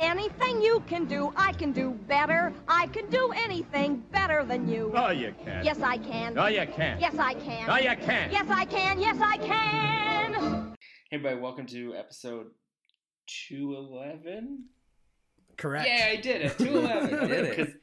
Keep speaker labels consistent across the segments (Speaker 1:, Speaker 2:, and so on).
Speaker 1: Anything you can do, I can do better. I can do anything better than you.
Speaker 2: Oh,
Speaker 3: No, you can't.
Speaker 1: Yes, I can.
Speaker 3: No, you can't.
Speaker 1: Yes, I can.
Speaker 3: No, you can't.
Speaker 1: Yes, I can. Yes, I can.
Speaker 4: Hey everybody, welcome to episode 211.
Speaker 5: Correct.
Speaker 4: Yeah, I did it. 211.
Speaker 5: Did it.
Speaker 4: Cause,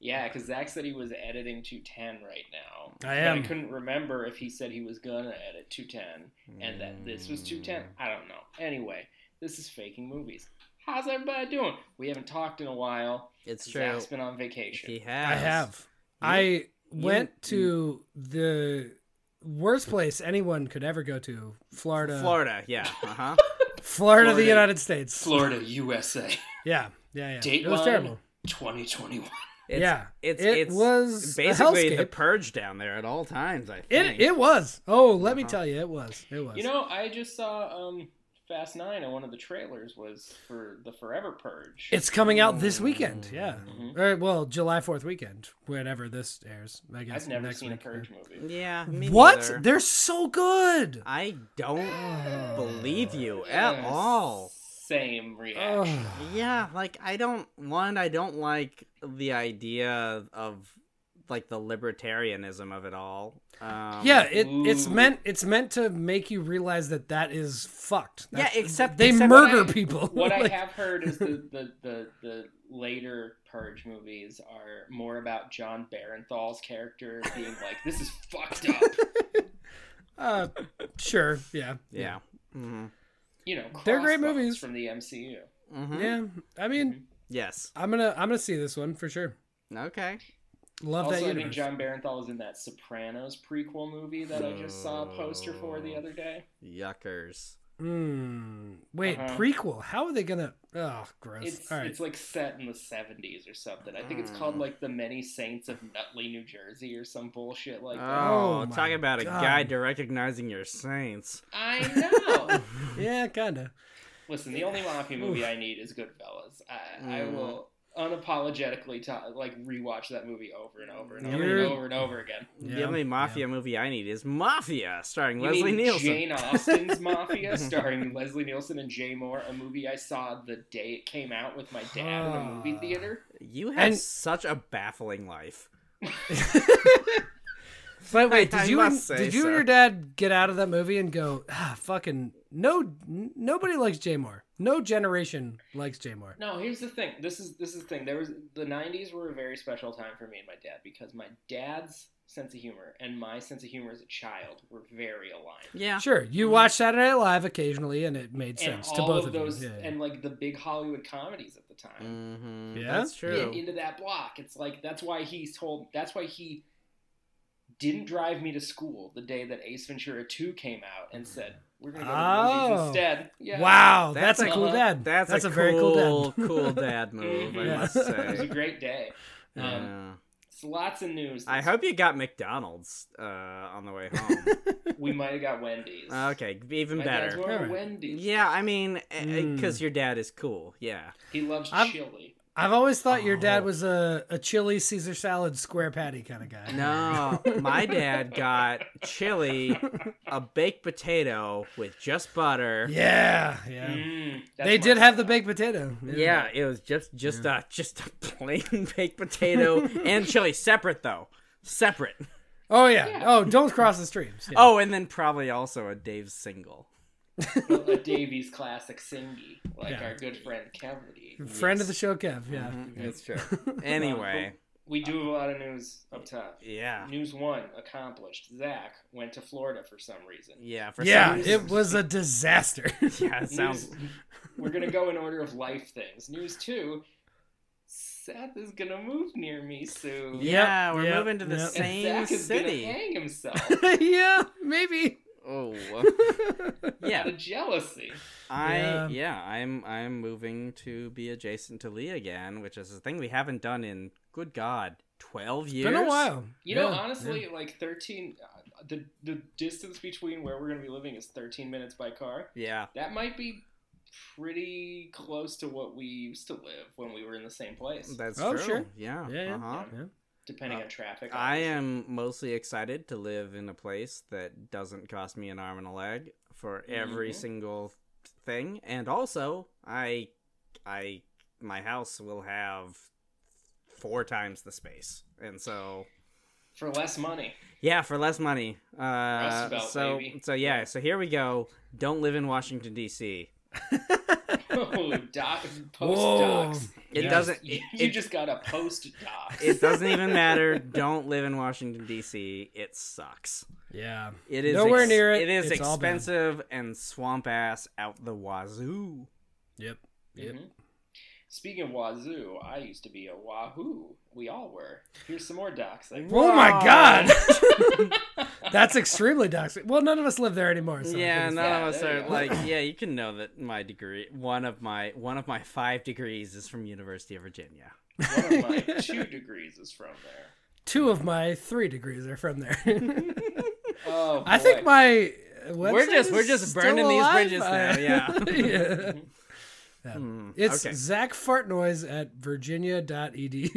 Speaker 4: yeah, because Zach said he was editing 210 right now.
Speaker 5: I
Speaker 4: But
Speaker 5: am.
Speaker 4: I couldn't remember if he said he was going to edit 210 and that this was 210. I don't know. Anyway, this is Faking Movies. How's everybody doing? We haven't talked in a while.
Speaker 2: It's true.
Speaker 4: Zach's been on vacation.
Speaker 2: He has.
Speaker 5: I have. I went to the worst place anyone could ever go to Florida.
Speaker 2: Florida. Yeah. Uh huh.
Speaker 5: Florida, the
Speaker 4: Florida.
Speaker 5: United States.
Speaker 4: Florida, USA.
Speaker 5: Yeah. Yeah. Yeah.
Speaker 4: Dateline
Speaker 5: It was terrible.
Speaker 4: 2021.
Speaker 2: It's,
Speaker 5: Yeah.
Speaker 2: It's,
Speaker 5: It
Speaker 2: it's
Speaker 5: was a
Speaker 2: basically the
Speaker 5: hellscape.
Speaker 2: purge down there at all times. I think
Speaker 5: It, it was. Oh, let me tell you, it was. It was.
Speaker 4: Uh-huh. You know, I just saw um, Fast Nine, and one of the trailers was for the Forever Purge.
Speaker 5: it's coming out this weekend. Yeah.
Speaker 4: Mm-hmm.
Speaker 5: Or, well, July 4th weekend, whenever this airs. I guess.
Speaker 4: I've never
Speaker 5: next
Speaker 4: seen
Speaker 5: week.
Speaker 4: a Purge movie.
Speaker 2: Yeah. me
Speaker 5: What?
Speaker 2: neither.
Speaker 5: They're so good.
Speaker 2: I don't believe you at
Speaker 4: Yeah,
Speaker 2: all.
Speaker 4: Same reaction.
Speaker 2: Yeah, like I don't one, I don't like the idea of like the libertarianism of it all. Um,
Speaker 5: Yeah, it, it's
Speaker 4: Ooh.
Speaker 5: meant it's meant to make you realize that that is fucked.
Speaker 2: yeah.
Speaker 5: That's-
Speaker 2: Except
Speaker 5: they
Speaker 2: except-
Speaker 5: murder people.
Speaker 4: What
Speaker 5: Like,
Speaker 4: I have heard is the, the, the, the later Purge movies are more about John Barenthal's character being like, this is fucked up.
Speaker 5: uh, sure, yeah,
Speaker 2: Yeah. hmm
Speaker 4: You know,
Speaker 5: They're great
Speaker 4: Crossbones
Speaker 5: movies.
Speaker 4: From the MCU. Mm-hmm.
Speaker 2: hmm
Speaker 5: yeah. I
Speaker 4: Mhm.
Speaker 5: mean,
Speaker 2: Yes.
Speaker 5: I'm gonna I'm gonna see this one for sure.
Speaker 2: Okay.
Speaker 5: Love that
Speaker 4: also, I
Speaker 5: universe.
Speaker 4: think John Barenthal is in that Sopranos prequel movie that I just saw a poster for
Speaker 5: Oh.
Speaker 4: the other day.
Speaker 2: Yuckers.
Speaker 5: Hmm. Wait,
Speaker 4: Uh-huh.
Speaker 5: prequel? How are they gonna? Oh, gross.
Speaker 4: It's
Speaker 5: All right.
Speaker 4: it's like set in the seventies or something. I think it's
Speaker 2: Hmm.
Speaker 4: called like the Many Saints of Nutley, New Jersey, or some bullshit like that.
Speaker 2: Oh,
Speaker 5: my
Speaker 2: talk about
Speaker 5: God.
Speaker 2: a guide to recognizing your saints.
Speaker 4: I know.
Speaker 5: yeah, kinda.
Speaker 4: Listen, the only mafia movie I need is Goodfellas. I, I
Speaker 2: Mm.
Speaker 4: will unapologetically ta like rewatch that movie over and over and over
Speaker 5: You're-
Speaker 4: and over and over again.
Speaker 5: Yeah,
Speaker 2: the only mafia movie I need is Mafia, starring Leslie
Speaker 4: you mean
Speaker 2: Nielsen.
Speaker 4: Jane Austen's Mafia, starring Leslie Nielsen and Jay Moore, a movie I saw the day it came out with my dad in a movie
Speaker 5: Huh.
Speaker 4: theater.
Speaker 2: You have
Speaker 5: And-
Speaker 2: such a baffling life.
Speaker 5: But wait,
Speaker 2: I
Speaker 5: did you and,
Speaker 2: must say
Speaker 5: did you
Speaker 2: so.
Speaker 5: and your dad get out of that movie and go, ah, fucking no, n- nobody likes Jay Moore. No generation likes Jay Moore.
Speaker 4: No, here's the thing. This is this is the thing. There was the '90s were a very special time for me and my dad because my dad's sense of humor and my sense of humor as a child were very aligned.
Speaker 2: Yeah.
Speaker 5: Sure, you watch Saturday Night Live occasionally, and it made
Speaker 4: Mm-hmm. And
Speaker 5: sense to
Speaker 4: all
Speaker 5: both
Speaker 4: of
Speaker 5: of,
Speaker 4: those,
Speaker 5: you. Yeah, yeah.
Speaker 4: and like the big Hollywood comedies at the time,
Speaker 2: Mm-hmm.
Speaker 5: Yeah?
Speaker 2: That's
Speaker 4: fit
Speaker 2: true.
Speaker 4: into that block. It's like that's why he told. That's why he didn't drive me to school the day that Ace Ventura 2 came out and said we're gonna go to the
Speaker 5: Oh.
Speaker 4: movies instead. Yeah. Uh-huh.
Speaker 5: Wow, that's,
Speaker 2: That's
Speaker 5: a
Speaker 4: a-
Speaker 5: cool dad.
Speaker 2: That's,
Speaker 5: that's
Speaker 2: a,
Speaker 5: a, very cool dad.
Speaker 2: cool dad move, I
Speaker 4: Mhm.
Speaker 2: must
Speaker 4: It was a
Speaker 2: say.
Speaker 4: great day. Um,
Speaker 2: Yeah.
Speaker 4: So lots of news.
Speaker 2: I hope you got McDonald's uh, on the way home.
Speaker 4: we might have got Wendy's.
Speaker 2: okay, even
Speaker 4: My dad's
Speaker 2: better.
Speaker 4: going to
Speaker 5: Alright.
Speaker 4: Wendy's.
Speaker 2: Yeah, I mean,
Speaker 5: Mm.
Speaker 2: because your dad is cool. Yeah.
Speaker 4: He loves
Speaker 5: I'm-
Speaker 4: chili.
Speaker 5: I've always thought your dad
Speaker 2: Oh.
Speaker 5: was a a chili Caesar salad square patty kind of guy.
Speaker 2: No, my dad got chili, a baked potato with just butter.
Speaker 5: Yeah, yeah.
Speaker 4: Mm, that's
Speaker 5: they
Speaker 4: my
Speaker 5: did have the
Speaker 4: style.
Speaker 5: baked potato.
Speaker 2: Yeah, it was just just uh just a plain baked potato and chili separate though. Separate.
Speaker 5: Oh yeah.
Speaker 4: Yeah.
Speaker 5: Oh, don't cross the streams. Yeah.
Speaker 2: Oh, and then probably also a Dave's single.
Speaker 4: a Davies classic singy, like
Speaker 5: Yeah.
Speaker 4: our good friend Cavity.
Speaker 5: friend of the show, Kev. Yeah.
Speaker 2: That's true. Anyway,
Speaker 4: We do have a lot of news up top.
Speaker 2: yeah.
Speaker 4: News one accomplished. Zach went to Florida for some reason.
Speaker 2: Yeah, for
Speaker 5: Yeah,
Speaker 2: some reason-
Speaker 5: it was a disaster.
Speaker 2: yeah, it sounds
Speaker 4: News- We're gonna go in order of life things. News two. Seth is gonna move near me soon.
Speaker 2: Yeah, we're
Speaker 5: yep,
Speaker 2: moving to the
Speaker 5: yep.
Speaker 4: And
Speaker 2: same
Speaker 4: Zach is gonna
Speaker 2: city.
Speaker 4: hang himself
Speaker 5: yeah, maybe.
Speaker 2: Oh.
Speaker 4: out
Speaker 2: yeah,
Speaker 4: of jealousy.
Speaker 2: I
Speaker 5: Yeah.
Speaker 2: yeah. I'm I'm moving to be adjacent to Lee again, which is a thing we haven't done in good god 12 years.
Speaker 5: Been a while.
Speaker 4: You know, honestly, like thirteen, uh, the the distance between where we're gonna be living is thirteen minutes by car.
Speaker 2: Yeah.
Speaker 4: That might be pretty close to what we used to live when we were in the same place,
Speaker 2: That's
Speaker 5: Oh,
Speaker 2: true.
Speaker 5: sure.
Speaker 2: Yeah.
Speaker 5: Yeah, yeah.
Speaker 2: Uh-huh.
Speaker 5: yeah.
Speaker 4: depending
Speaker 2: Uh,
Speaker 4: on traffic.
Speaker 2: I
Speaker 4: obviously.
Speaker 2: am mostly excited to live in a place that doesn't cost me an arm and a leg for every
Speaker 4: Mhm.
Speaker 5: Mm-hmm.
Speaker 2: single thing, and also I, I, my house will have four times the space, and so
Speaker 4: for less money.
Speaker 2: yeah, for less money. Uh,
Speaker 4: Rust Belt,
Speaker 2: so
Speaker 4: baby.
Speaker 2: so yeah, so here we go. Don't live in Washington D.C.
Speaker 4: Oh, doc, post
Speaker 5: Whoa.
Speaker 4: docs.
Speaker 2: It
Speaker 5: Yes.
Speaker 2: doesn't.
Speaker 4: You,
Speaker 2: it-
Speaker 4: you just got a post docs.
Speaker 2: It doesn't even matter. Don't live in Washington D.C. It sucks.
Speaker 5: Yeah.
Speaker 2: It is
Speaker 5: Nowhere
Speaker 2: ex-
Speaker 5: near it.
Speaker 2: It is
Speaker 5: It's all bad.
Speaker 2: expensive and swamp ass out the wazoo.
Speaker 5: Yep. Yep.
Speaker 4: Mhm. Speaking of Wazoo, I used to be a Wahoo. We all were. Here's some more docs. Like,
Speaker 5: Oh my god. That's extremely doxy. Well, none of us live there anymore. So
Speaker 2: yeah,
Speaker 5: it's-
Speaker 2: none
Speaker 4: Yeah,
Speaker 2: of us
Speaker 4: there
Speaker 2: are
Speaker 4: you go.
Speaker 2: like. Yeah, you can know that my degree, one of my one of my five degrees, is from University of Virginia.
Speaker 4: One of my two degrees is from there.
Speaker 5: two of my three degrees are from there.
Speaker 4: Oh,
Speaker 5: I think
Speaker 4: boy.
Speaker 5: my website
Speaker 2: We're just-
Speaker 5: is
Speaker 2: we're just
Speaker 5: still
Speaker 2: burning these
Speaker 5: alive.
Speaker 2: bridges
Speaker 5: I-
Speaker 2: now, yeah.
Speaker 5: yeah. Yeah.
Speaker 2: Hmm,
Speaker 5: It's
Speaker 2: okay.
Speaker 5: Zach Fartnoise at E virginia.edu.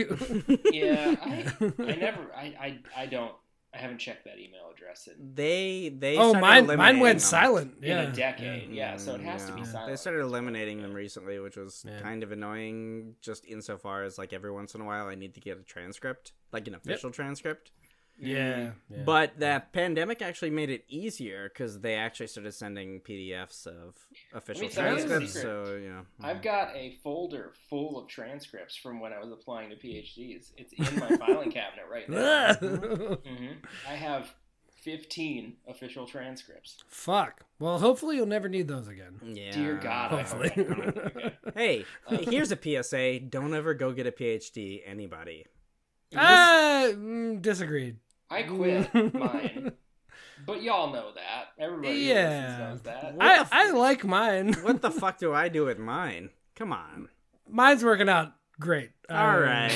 Speaker 4: yeah. I, I never. I, I I don't. I haven't checked that email address in,
Speaker 2: They they.
Speaker 5: oh,
Speaker 2: started
Speaker 5: mine mine
Speaker 2: eliminating
Speaker 5: went
Speaker 2: them.
Speaker 5: silent. Yeah.
Speaker 4: in a decade. Yeah. so it
Speaker 2: Mm,
Speaker 4: has to be
Speaker 2: yeah.
Speaker 4: silent.
Speaker 2: They started eliminating them recently, which was
Speaker 5: Yeah.
Speaker 2: kind of annoying. Just insofar as like every once in a while, I need to get a transcript, like an official transcript.
Speaker 5: Yeah. yeah.
Speaker 2: But that pandemic actually made it easier because they actually started sending PDFs of official
Speaker 4: tell you a
Speaker 2: transcripts.
Speaker 4: secret.
Speaker 2: So yeah,
Speaker 5: Hmm.
Speaker 4: I've got a folder full of transcripts from when I was applying to PhDs. It's in my filing cabinet right now.
Speaker 5: Ugh.
Speaker 4: hmm I have 15 official transcripts.
Speaker 5: Fuck. Well, hopefully you'll never need those again.
Speaker 2: yeah.
Speaker 4: Dear God, I hope Uh, I
Speaker 5: Hopefully.
Speaker 4: don't. Okay.
Speaker 2: Hey, here's a PSA: Don't ever go get a PhD, anybody.
Speaker 5: Ah, mm, disagreed.
Speaker 4: I quit mine, but y'all know that. Everybody who
Speaker 5: Yeah.
Speaker 4: listens knows that.
Speaker 2: What
Speaker 5: I,
Speaker 2: the
Speaker 5: I like mine.
Speaker 2: What the fuck do I do with mine? Come on.
Speaker 5: Mine's working out great.
Speaker 2: All
Speaker 5: Uh,
Speaker 2: right.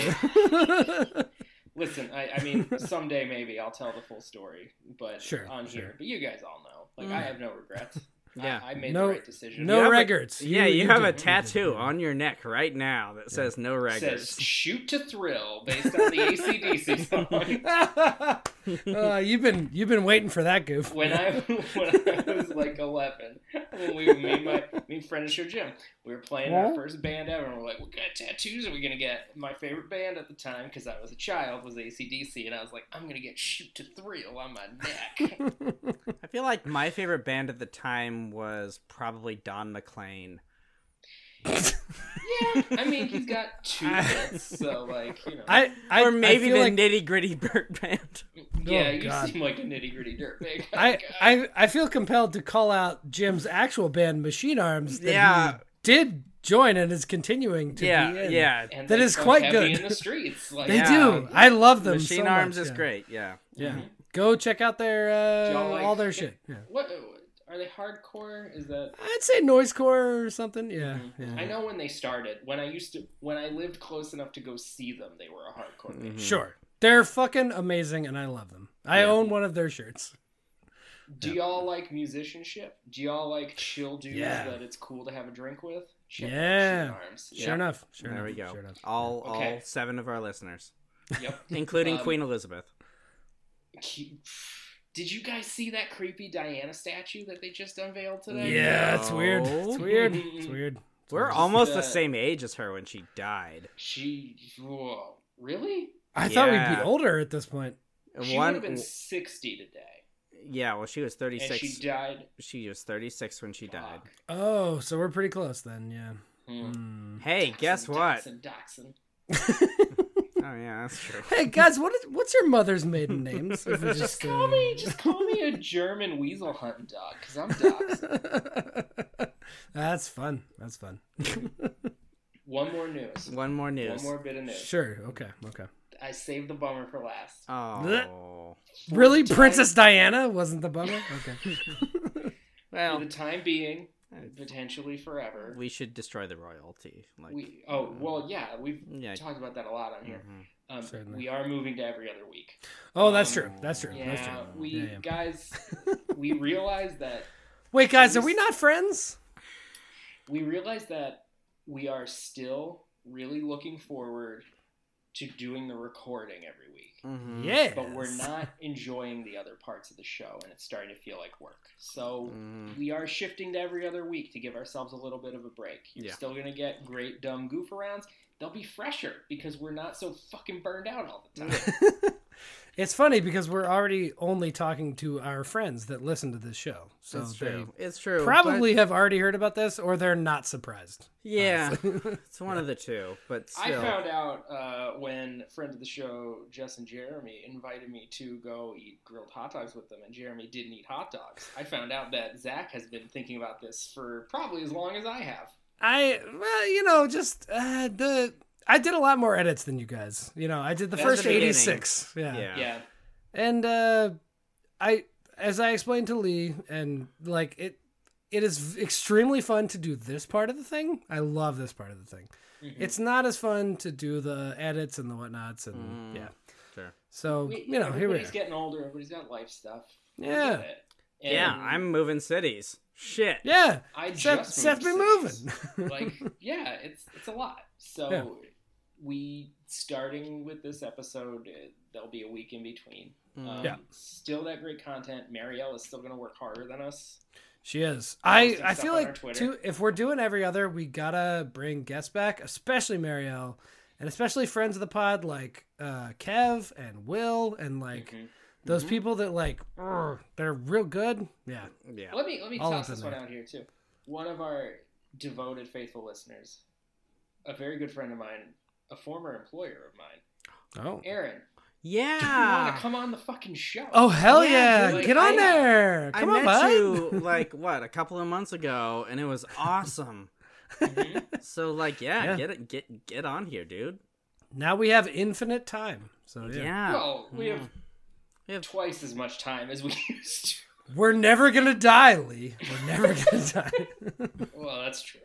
Speaker 4: Listen, I, I mean, someday maybe I'll tell the full story, but
Speaker 5: Sure,
Speaker 4: on
Speaker 5: sure. Mm.
Speaker 4: here. But you guys all know. Like, I have no regrets.
Speaker 2: Yeah.
Speaker 4: I, I made
Speaker 5: No-
Speaker 4: the right decision.
Speaker 5: no
Speaker 2: have a-
Speaker 5: records.
Speaker 2: yeah, you, have
Speaker 5: did.
Speaker 2: a
Speaker 5: did.
Speaker 2: tattoo on your neck right now that says no
Speaker 4: It says
Speaker 2: records.
Speaker 4: shoot to thrill based on the ACDC song.
Speaker 5: uh, you've been you've been waiting for that goof.
Speaker 4: when I when I was like eleven, when we me and my me and friend at your gym, we were playing our first band ever, and we're like, what kind of tattoos are we gonna get? My favorite band at the time, because I was a child, was ACDC, and I was like, I'm gonna get shoot to thrill on my neck.
Speaker 2: I feel like my favorite band at the time was probably Don McLean.
Speaker 4: yeah, I mean he's got two hits, so like you know,
Speaker 5: I, I
Speaker 2: or maybe
Speaker 5: I
Speaker 2: the
Speaker 5: feel like,
Speaker 2: Nitty Gritty Bird Band.
Speaker 4: yeah,
Speaker 5: oh,
Speaker 4: you
Speaker 5: God.
Speaker 4: seem like a nitty gritty dirtbag.
Speaker 5: I, I I feel compelled to call out Jim's actual band, Machine Arms. That
Speaker 2: Yeah.
Speaker 5: he did join and is continuing to be in.
Speaker 4: and
Speaker 5: that
Speaker 4: they
Speaker 5: is
Speaker 4: sung
Speaker 5: quite
Speaker 4: heavy
Speaker 5: good.
Speaker 4: in the streets. Like,
Speaker 5: They
Speaker 2: Yeah.
Speaker 5: do. I love them.
Speaker 2: Machine
Speaker 5: so
Speaker 2: Arms
Speaker 5: much,
Speaker 2: is
Speaker 5: yeah.
Speaker 2: great. Yeah.
Speaker 5: Yeah. Go check out their uh,
Speaker 4: Y'all like-
Speaker 5: all their shit. Yeah.
Speaker 4: What are they hardcore? Is that
Speaker 5: I'd say noisecore or something. Yeah.
Speaker 2: Mm-hmm.
Speaker 5: yeah.
Speaker 4: I know when they started. When I used to, when I lived close enough to go see them, they were a hardcore
Speaker 2: Mm-hmm.
Speaker 4: band.
Speaker 5: Sure. They're fucking amazing and I love them. I own one of their shirts.
Speaker 4: Do y'all like musicianship? Do y'all like chill dudes
Speaker 5: Yeah.
Speaker 4: that it's cool to have a drink with? Check out
Speaker 5: Yeah.
Speaker 4: Machine Arms.
Speaker 5: Sure enough. Sure
Speaker 2: There
Speaker 5: enough.
Speaker 2: we go.
Speaker 5: Sure enough.
Speaker 2: All all
Speaker 4: Okay.
Speaker 2: seven of our listeners,
Speaker 4: Yep.
Speaker 2: including
Speaker 4: Um,
Speaker 2: Queen Elizabeth.
Speaker 4: Keep- Did you guys see that creepy Diana statue that they just unveiled today?
Speaker 5: Yeah, it's weird. It's weird. It's weird. It's
Speaker 2: We're
Speaker 5: weird.
Speaker 2: almost the
Speaker 4: that-
Speaker 2: same age as her when she died.
Speaker 4: She. Whoa. Really?
Speaker 5: I thought we'd
Speaker 2: Yeah.
Speaker 5: be older at this point.
Speaker 4: She would
Speaker 2: One,
Speaker 4: have been sixty today,
Speaker 2: yeah. Well, she was thirty
Speaker 4: and
Speaker 2: six.
Speaker 4: she
Speaker 2: She,
Speaker 4: died.
Speaker 2: was thirty six when she died.
Speaker 4: Fuck.
Speaker 5: Oh, so we're pretty close then, yeah.
Speaker 4: Hmm.
Speaker 5: Hmm.
Speaker 2: Hey, guess
Speaker 4: Dachshund,
Speaker 2: what?
Speaker 4: Dachshund, Dachshund.
Speaker 2: Oh yeah, that's true.
Speaker 5: Hey guys, what is what's your mother's maiden names? If we
Speaker 4: Just
Speaker 5: uh,
Speaker 4: call me. Just call me a German weasel hunting dog, because I'm Dachshund.
Speaker 5: That's fun. That's fun.
Speaker 4: One more news.
Speaker 2: One more news.
Speaker 4: One more bit of news.
Speaker 5: sure. Okay. Okay.
Speaker 4: I saved the bummer for last.
Speaker 2: Um, Oh.
Speaker 5: Really,
Speaker 4: Di-
Speaker 5: Princess Diana wasn't the bummer. Okay.
Speaker 4: For
Speaker 2: Well,
Speaker 4: the time being, potentially forever.
Speaker 2: we should destroy the royalty. Like. um,
Speaker 4: We, oh well, yeah, we've
Speaker 2: Yeah.
Speaker 4: talked about that a lot on here.
Speaker 2: mhm.
Speaker 4: Um,
Speaker 5: Certainly.
Speaker 4: we are moving to every other week.
Speaker 5: Oh, that's true. That's true. That's
Speaker 4: Yeah,
Speaker 5: true.
Speaker 4: we
Speaker 5: Yeah, yeah.
Speaker 4: guys, we realize that
Speaker 5: Wait, guys, are we not friends?
Speaker 4: we realize that we are still really looking forward to doing the recording every week.
Speaker 2: Mhm.
Speaker 5: Yeah.
Speaker 4: Mm, But we're not enjoying the other parts of the show, and it's starting to feel like work. So
Speaker 5: Mm-hmm.
Speaker 2: Mhm.
Speaker 4: we are shifting to every other week to give ourselves a little bit of a break. You're
Speaker 2: Yeah.
Speaker 4: still going to get great dumb goof arounds. They'll be fresher because we're not so fucking burned out all the time.
Speaker 5: It's funny because we're already only talking to our friends that listen to this show. So
Speaker 2: It's
Speaker 5: they
Speaker 2: true. It's true.
Speaker 5: probably have already heard about this or they're not surprised.
Speaker 2: but- yeah. it's one of the two, but
Speaker 4: I
Speaker 2: still.
Speaker 4: found out uh, when friend of the show Justin Jeremy invited me to go eat grilled hot dogs with them, and Jeremy didn't eat hot dogs. I found out that Zach has been thinking about this for probably as long as I have.
Speaker 5: I well, you know, just uh, the I did a lot more edits than you guys. You know, I did the
Speaker 4: That's
Speaker 5: first
Speaker 4: the
Speaker 2: beginning.
Speaker 5: 86. Yeah.
Speaker 2: yeah.
Speaker 4: Yeah,
Speaker 5: And uh I as I explained to Lee and like it it is extremely fun to do this part of the thing. I love this part of the thing.
Speaker 4: Mhm.
Speaker 5: It's not as fun to do the edits and the whatnots
Speaker 2: Mm.
Speaker 5: and yeah.
Speaker 2: Sure.
Speaker 5: So
Speaker 4: We-
Speaker 5: you know, here we are.
Speaker 4: everybody's getting older. Everybody's got life stuff. I
Speaker 5: Yeah.
Speaker 4: get it. And
Speaker 2: Yeah, I'm moving cities. Shit.
Speaker 5: yeah,
Speaker 4: I
Speaker 5: Seth,
Speaker 4: just
Speaker 5: Seth been
Speaker 4: moved cities.
Speaker 5: moving.
Speaker 4: like yeah it's it's a lot so
Speaker 5: Yeah.
Speaker 4: we starting with this episode uh, there'll be a week in between um,
Speaker 5: Mm. Yeah.
Speaker 4: still that great content marielle is still going to work harder than us
Speaker 5: She is. I
Speaker 4: Posting
Speaker 5: I
Speaker 4: stuff
Speaker 5: feel
Speaker 4: on our
Speaker 5: like
Speaker 4: Twitter.
Speaker 5: too. If we're doing every other, we gotta bring guests back, especially Marielle, and especially friends of the pod like uh, Kev and Will and like
Speaker 4: Mhm.
Speaker 5: those
Speaker 2: Mm-hmm.
Speaker 5: people that like "Urgh," they're real good. Yeah.
Speaker 2: Yeah.
Speaker 4: let me let me
Speaker 5: All
Speaker 4: toss
Speaker 5: of
Speaker 4: this
Speaker 5: them
Speaker 4: one
Speaker 5: are.
Speaker 4: out here too one of our devoted faithful listeners a very good friend of mine a former employer of mine
Speaker 5: Oh.
Speaker 4: aaron do you want
Speaker 2: Yeah.
Speaker 4: to come on the fucking show
Speaker 5: Oh hell
Speaker 2: Yeah,
Speaker 5: yeah!
Speaker 4: dude,
Speaker 5: Get
Speaker 4: I-
Speaker 5: on there.
Speaker 2: I
Speaker 5: Come
Speaker 2: met
Speaker 5: on, bud.
Speaker 2: you like what a couple of months ago, and it was awesome.
Speaker 4: Mhm.
Speaker 2: so like, yeah,
Speaker 5: Yeah.
Speaker 2: get it, get get on here, dude.
Speaker 5: Now we have infinite time.
Speaker 2: Yeah.
Speaker 5: So Oh, yeah.
Speaker 4: well we
Speaker 2: Yeah.
Speaker 4: have
Speaker 5: Mm.
Speaker 2: We have-
Speaker 4: twice as much time as we used to
Speaker 5: we're never gonna die, Lee. We're never gonna die.
Speaker 4: Well, that's true.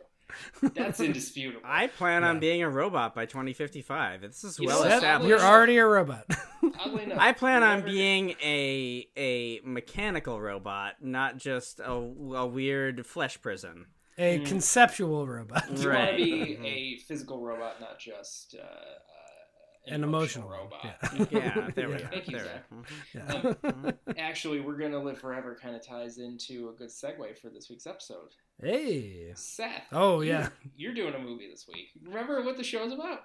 Speaker 4: That's indisputable.
Speaker 2: I plan on being a robot by 2055. This is
Speaker 4: You know
Speaker 2: well
Speaker 4: what?
Speaker 5: Seth,
Speaker 2: established.
Speaker 5: you're already a robot.
Speaker 4: Oddly enough,
Speaker 2: I plan
Speaker 4: we
Speaker 2: on
Speaker 4: never-
Speaker 2: being a a mechanical robot, not just a, a weird flesh prison. Mm.
Speaker 5: a conceptual robot.
Speaker 4: Do you want
Speaker 2: Right.
Speaker 4: to
Speaker 5: Mm-hmm.
Speaker 4: be a physical robot, not just uh, uh, an,
Speaker 5: An emotional
Speaker 4: emotional robot?
Speaker 5: one,
Speaker 2: Yeah, there we
Speaker 5: Yeah.
Speaker 2: go.
Speaker 4: Thank you,
Speaker 2: There.
Speaker 4: Zach.
Speaker 2: we go.
Speaker 5: Yeah.
Speaker 4: Actually, we're gonna live forever. Kind of ties into a good segue for this week's episode.
Speaker 5: Hey.
Speaker 4: Seth.
Speaker 5: Oh,
Speaker 4: you-
Speaker 5: yeah.
Speaker 4: You're doing a movie this week. Remember what the show's about?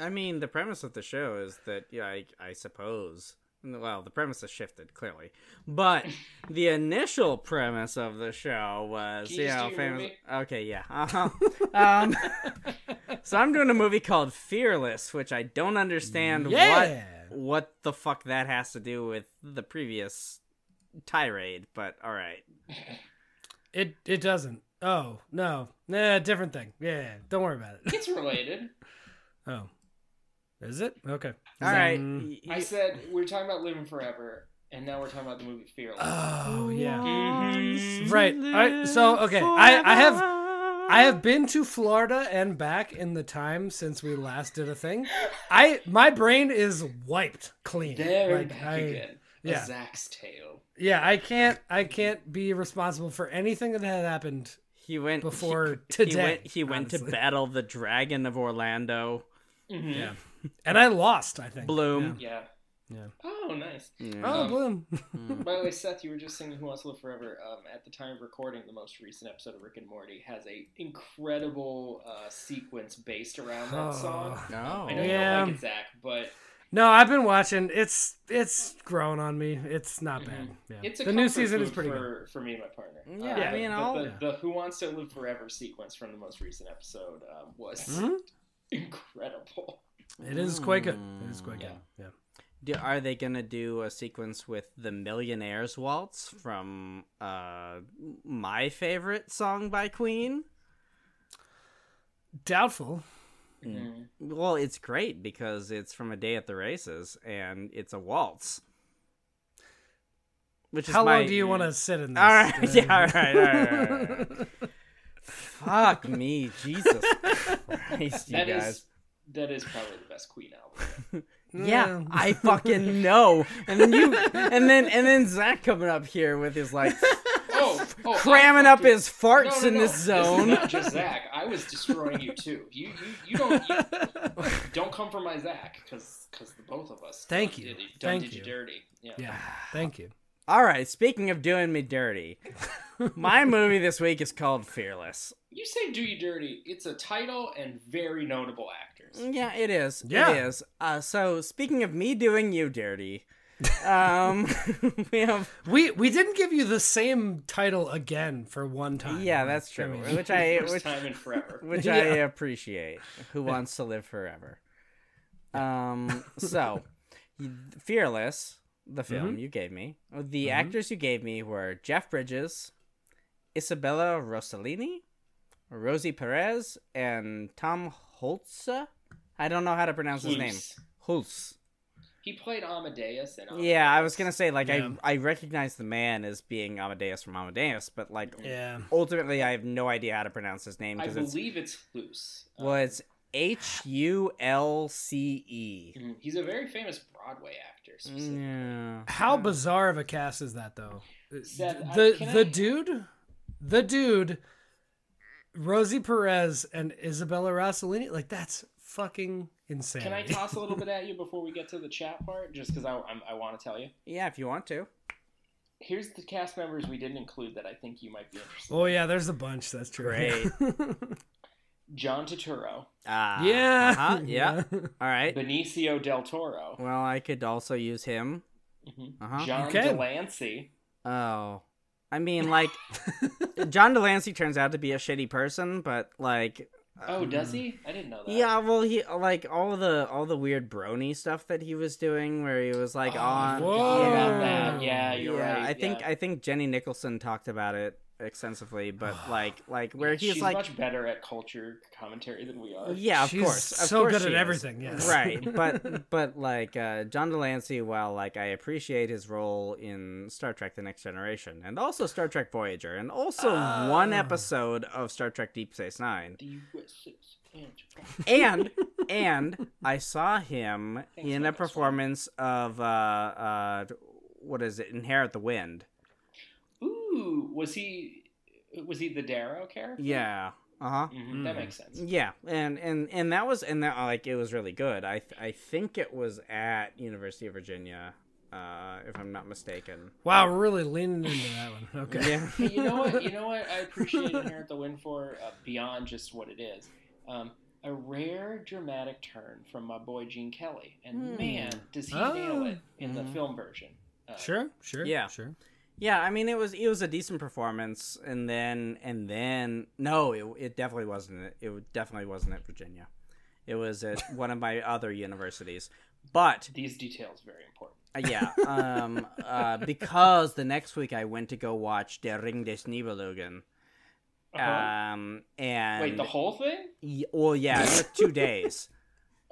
Speaker 2: I mean, the premise of the show is that, yeah, I, I suppose. Well, the premise has shifted clearly, but the initial premise of the show was,
Speaker 4: Can you
Speaker 2: you
Speaker 4: just
Speaker 2: know,
Speaker 4: do your
Speaker 2: famous.
Speaker 4: movie?
Speaker 2: Okay, yeah. Uh-huh. um, so I'm doing a movie called Fearless, which I don't understand
Speaker 5: Yeah.
Speaker 2: what what the fuck that has to do with the previous tirade, but all right.
Speaker 5: It it doesn't. Oh, no. Nah, different thing. Yeah. Don't worry about it.
Speaker 4: It's related.
Speaker 5: Oh. Is it? Okay.
Speaker 2: All right.
Speaker 5: Mm.
Speaker 2: y-
Speaker 4: I
Speaker 2: y-
Speaker 4: said we we're talking about living forever, and now we're talking about the movie Fearless.
Speaker 5: Oh, yeah.
Speaker 2: Mhm.
Speaker 5: Right, I- so, okay, I- I have- I have been to Florida and back in the time since we last did a thing. I my brain is wiped clean.
Speaker 4: there
Speaker 5: Like,
Speaker 4: back
Speaker 5: I-
Speaker 4: again. A
Speaker 5: yeah.
Speaker 4: Zach's tale.
Speaker 5: Yeah, I can't I can't be responsible for anything that had happened
Speaker 2: He went he-
Speaker 5: before
Speaker 2: He
Speaker 5: today.
Speaker 2: went, he went to
Speaker 5: honestly.
Speaker 2: battle the dragon of Orlando.
Speaker 4: Mhm.
Speaker 5: Yeah. And I lost, I think.
Speaker 2: Bloom.
Speaker 4: Yeah.
Speaker 5: Yeah.
Speaker 4: Oh, nice.
Speaker 5: Oh,
Speaker 4: Um,
Speaker 5: Bloom.
Speaker 4: By the way, Seth, you were just singing "Who Wants to Live Forever." Um, at the time of recording, the most recent episode of Rick and Morty has a incredible uh, sequence based around that song.
Speaker 5: Oh.
Speaker 4: I know you
Speaker 5: Yeah.
Speaker 4: don't like it, Zach, but
Speaker 5: No, I've been watching. It's it's grown on me. It's not bad. Yeah.
Speaker 4: Mm. it's a
Speaker 5: the new
Speaker 4: comfort
Speaker 5: season is
Speaker 4: food
Speaker 5: pretty good.
Speaker 4: for, for me and my partner.
Speaker 2: Yeah,
Speaker 4: Uh,
Speaker 2: I mean,
Speaker 4: the-
Speaker 2: I'll-
Speaker 4: the,
Speaker 5: Yeah.
Speaker 4: the "Who Wants to Live Forever" sequence from the most recent episode um, was
Speaker 2: Hmm?
Speaker 5: Mhm.
Speaker 4: incredible.
Speaker 5: It is quite good. It is quite
Speaker 4: Yeah.
Speaker 5: good.
Speaker 2: Do, are they gonna do a sequence with the Millionaire's Waltz from uh, my favorite song by Queen?
Speaker 5: Yeah. Doubtful.
Speaker 4: Mhm.
Speaker 2: Well, it's great because it's from a day at the races and it's a waltz. Which
Speaker 5: How
Speaker 2: is my...
Speaker 5: long do you want to sit in this?
Speaker 2: All right,
Speaker 5: Uh,
Speaker 2: yeah, all right, all right, all right, all right. Fuck me, Jesus Christ, you
Speaker 4: That is
Speaker 2: guys.
Speaker 4: That is probably the best Queen album.
Speaker 2: Yeah, I fucking know. And then you, and then and then Zach coming up here with his like
Speaker 4: Oh, oh I
Speaker 2: cramming up
Speaker 4: fucking-
Speaker 2: his farts
Speaker 4: No, no,
Speaker 2: in
Speaker 4: no.
Speaker 2: this
Speaker 4: is
Speaker 2: zone.
Speaker 4: not just Zach. I was destroying you too. You you, you don't you, don't come for my Zach because the both of us.
Speaker 5: Thank
Speaker 4: done
Speaker 5: you.
Speaker 4: Did, done
Speaker 5: Thank
Speaker 4: did you.
Speaker 5: you.
Speaker 4: dirty. Yeah.
Speaker 5: yeah. Thank you.
Speaker 2: All right, speaking of doing me dirty, my movie this week is called Fearless.
Speaker 4: You say do you dirty? It's a title and very notable actors.
Speaker 2: Yeah, it is.
Speaker 5: Yeah.
Speaker 2: It is. Uh, so speaking of me doing you dirty, um, we have
Speaker 5: We we didn't give you the same title again for one time.
Speaker 2: yeah, that's true.
Speaker 5: mean-
Speaker 2: Which I
Speaker 4: First
Speaker 2: which,
Speaker 4: time in forever.
Speaker 2: which
Speaker 5: Yeah.
Speaker 2: I appreciate. Who wants to live forever? Um, so Fearless, the film
Speaker 5: Mm-hmm.
Speaker 2: you gave me, the actors you gave me were Jeff Bridges, Isabella Rossellini, Rosie Perez, and Tom Holtz. I don't know how to pronounce his name.
Speaker 4: Heaps.
Speaker 2: Holtz.
Speaker 4: He played Amadeus uh, and
Speaker 2: Yeah, I was gonna say like
Speaker 5: Yeah.
Speaker 2: I I recognize the man as being Amadeus from Amadeus, but like
Speaker 5: Yeah.
Speaker 2: ultimately I have no idea how to pronounce his name
Speaker 4: I uh,
Speaker 2: because it's
Speaker 4: believe it's Um, loose.
Speaker 2: well it's H U L C E.
Speaker 4: Mhm. He's a very famous Broadway actor.
Speaker 2: Mm,
Speaker 4: specifically.
Speaker 2: Yeah.
Speaker 5: How bizarre of a cast is that though?
Speaker 4: Seth, I-
Speaker 5: the
Speaker 4: can
Speaker 5: the
Speaker 4: I-
Speaker 5: dude, the dude, Rosie Perez and Isabella Rossellini. Like that's fucking insane.
Speaker 4: Can I toss a little bit at you before we get to the chat part? Just because I, I'm- I want to tell you.
Speaker 2: Yeah, if you want to.
Speaker 4: Here's the cast members we didn't include that I think you might be interested. in.
Speaker 5: Oh yeah, there's a bunch. That's true.
Speaker 2: Great.
Speaker 4: John Turturro,
Speaker 2: Ah.
Speaker 5: yeah.
Speaker 2: uh-huh, yeah. All right.
Speaker 4: Benicio del Toro,
Speaker 2: Well, I could also use him.
Speaker 4: Mhm.
Speaker 2: Uh-huh.
Speaker 4: John
Speaker 5: Okay.
Speaker 4: Delancey.
Speaker 2: Oh. I mean like John Delancey turns out to be a shitty person, but like
Speaker 4: Oh, does he? I didn't know that.
Speaker 2: Uh-huh. Yeah, well, he like all the all the weird brony stuff that he was doing, where he was like
Speaker 4: Oh, I
Speaker 2: on.
Speaker 4: forgot
Speaker 5: Whoa.
Speaker 4: about that. Yeah, you're
Speaker 2: yeah,
Speaker 4: right.
Speaker 2: I think
Speaker 4: yeah.
Speaker 2: I think Jenny Nicholson talked about it extensively, but like like where he's
Speaker 4: she's
Speaker 2: like,
Speaker 4: much better at culture commentary than we are.
Speaker 2: yeah, of
Speaker 5: She's
Speaker 2: course, of
Speaker 5: so
Speaker 2: course
Speaker 5: good
Speaker 2: she
Speaker 5: at
Speaker 2: is.
Speaker 5: everything, yes.
Speaker 2: right. But but like uh, John Delancey, while like I appreciate his role in Star Trek: The Next Generation, and also Star Trek Voyager, and also one
Speaker 5: Ah.
Speaker 2: episode of Star Trek: Deep Space Nine.
Speaker 4: The USS Enterprise.
Speaker 2: and and I saw him
Speaker 4: Thanks,
Speaker 2: in a
Speaker 4: Michael.
Speaker 2: performance of uh uh what is it Inherit the Wind.
Speaker 4: Ooh, was he? Was he the Darrow character?
Speaker 2: Yeah. Uh-huh.
Speaker 4: Mhm,
Speaker 5: Hmm.
Speaker 4: That makes sense.
Speaker 2: Yeah. And and and that was and that like it was really good. I th- I think it was at University of Virginia uh if I'm not mistaken.
Speaker 5: Wow, we're really leaning into that one. Okay.
Speaker 2: Yeah.
Speaker 4: Hey, you know what? You know what? I appreciate Inherit the Wind for uh, beyond just what it is. Um, a rare dramatic turn from my boy Gene Kelly, and
Speaker 5: Hmm.
Speaker 4: man, does he nail it in the film version. Uh,
Speaker 5: Oh. Mm-hmm. Sure. Sure.
Speaker 2: Yeah.
Speaker 5: Sure.
Speaker 2: Yeah, I mean it was it was a decent performance and then and then no, it it definitely wasn't it wa- definitely wasn't at Virginia. It was at one of my other universities. But
Speaker 4: These details very important.
Speaker 2: Uh, yeah, um, uh, because the next week I went to go watch Der Ring des Nibelungen.
Speaker 4: Uh-huh.
Speaker 2: Um, and
Speaker 4: Wait, the whole thing?
Speaker 2: y- well, yeah, it took two days.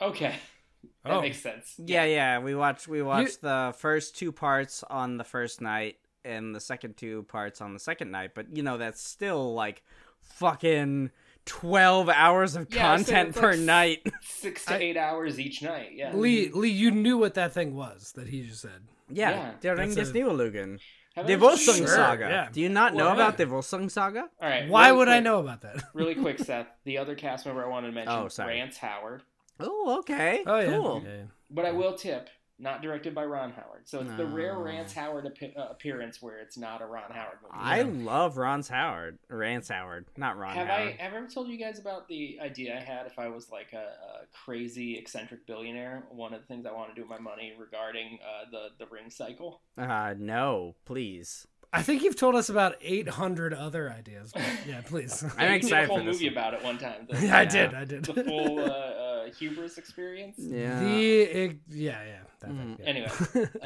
Speaker 4: Okay, that
Speaker 5: Oh.
Speaker 4: makes sense.
Speaker 2: Yeah, yeah, we watched we watched the first two parts on the first night and the second two parts on the second night. But you know that's still like fucking twelve hours of
Speaker 4: Yeah, so it's
Speaker 2: content
Speaker 4: like
Speaker 2: per
Speaker 4: s-
Speaker 2: night.
Speaker 4: Six to
Speaker 5: I-
Speaker 4: eight hours each night. Yeah. Mm-hmm.
Speaker 5: Lee, Lee, you knew what that thing was that he just said.
Speaker 2: yeah,
Speaker 4: Yeah.
Speaker 2: Der Ring
Speaker 5: That's
Speaker 2: des
Speaker 5: a-
Speaker 2: Nibelungen.
Speaker 4: Have I-
Speaker 2: The Volsung
Speaker 5: Sure,
Speaker 2: Saga.
Speaker 5: yeah.
Speaker 2: Do you not know
Speaker 5: Well,
Speaker 2: about
Speaker 5: yeah.
Speaker 2: the Volsung Saga?
Speaker 4: All right.
Speaker 5: Why
Speaker 4: really
Speaker 5: would I
Speaker 4: quick-
Speaker 5: know about that?
Speaker 4: Really quick, Seth. The other cast member I wanted to mention,
Speaker 2: Oh, sorry.
Speaker 4: Rance Howard.
Speaker 2: Oh, okay.
Speaker 5: Oh yeah.
Speaker 2: Cool.
Speaker 5: Yeah.
Speaker 4: But I will tip, not directed by Ron Howard. So it's the rare
Speaker 2: No.
Speaker 4: Rance Howard appe- uh, appearance where it's not a Ron Howard movie.
Speaker 2: I love Ron's Howard. Rance Howard, not Ron
Speaker 4: have
Speaker 2: Howard.
Speaker 4: I ever told you guys about the idea I had if I was like a, a crazy eccentric billionaire? One of the things I want to do with my money regarding uh, the the ring cycle.
Speaker 2: Uh, no, please.
Speaker 5: I think you've told us about 800 other ideas. But yeah, please.
Speaker 2: I'm
Speaker 4: You did a
Speaker 2: excited
Speaker 4: whole
Speaker 2: for this.
Speaker 4: movie about it one time. The,
Speaker 5: yeah, I did. I did.
Speaker 4: the full uh, uh, hubris experience.
Speaker 2: Yeah. Mm.
Speaker 5: The ex- yeah, yeah. That thing, yeah.
Speaker 4: Anyway,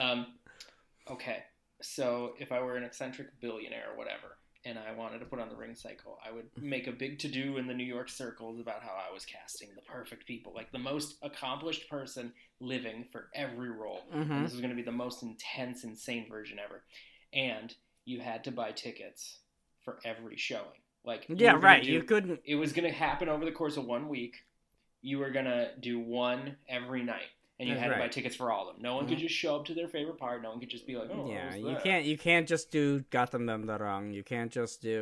Speaker 4: um, okay. So if I were an eccentric billionaire or whatever, and I wanted to put on the ring cycle, I would
Speaker 2: Mm-hmm.
Speaker 4: make a big to do in the New York circles about how I was casting the perfect people, like the most accomplished person living for every role.
Speaker 5: Mm-hmm.
Speaker 4: And
Speaker 2: Mhm.
Speaker 4: this was going to be the most intense, insane version ever. And you had to buy tickets for every showing. Like you
Speaker 2: Yeah,
Speaker 4: were gonna
Speaker 2: right.
Speaker 4: do-
Speaker 2: You couldn't.
Speaker 4: It was going to happen over the course of one week. you were gonna do one every night, and you
Speaker 2: That's
Speaker 4: had to buy
Speaker 2: right. Mm-hmm.
Speaker 4: tickets for all of them. No one could just show up to their favorite part. No one could just be like, "Oh,
Speaker 2: yeah,
Speaker 4: what was
Speaker 2: you
Speaker 4: that?
Speaker 2: can't you can't just do got them them the wrong. You can't just do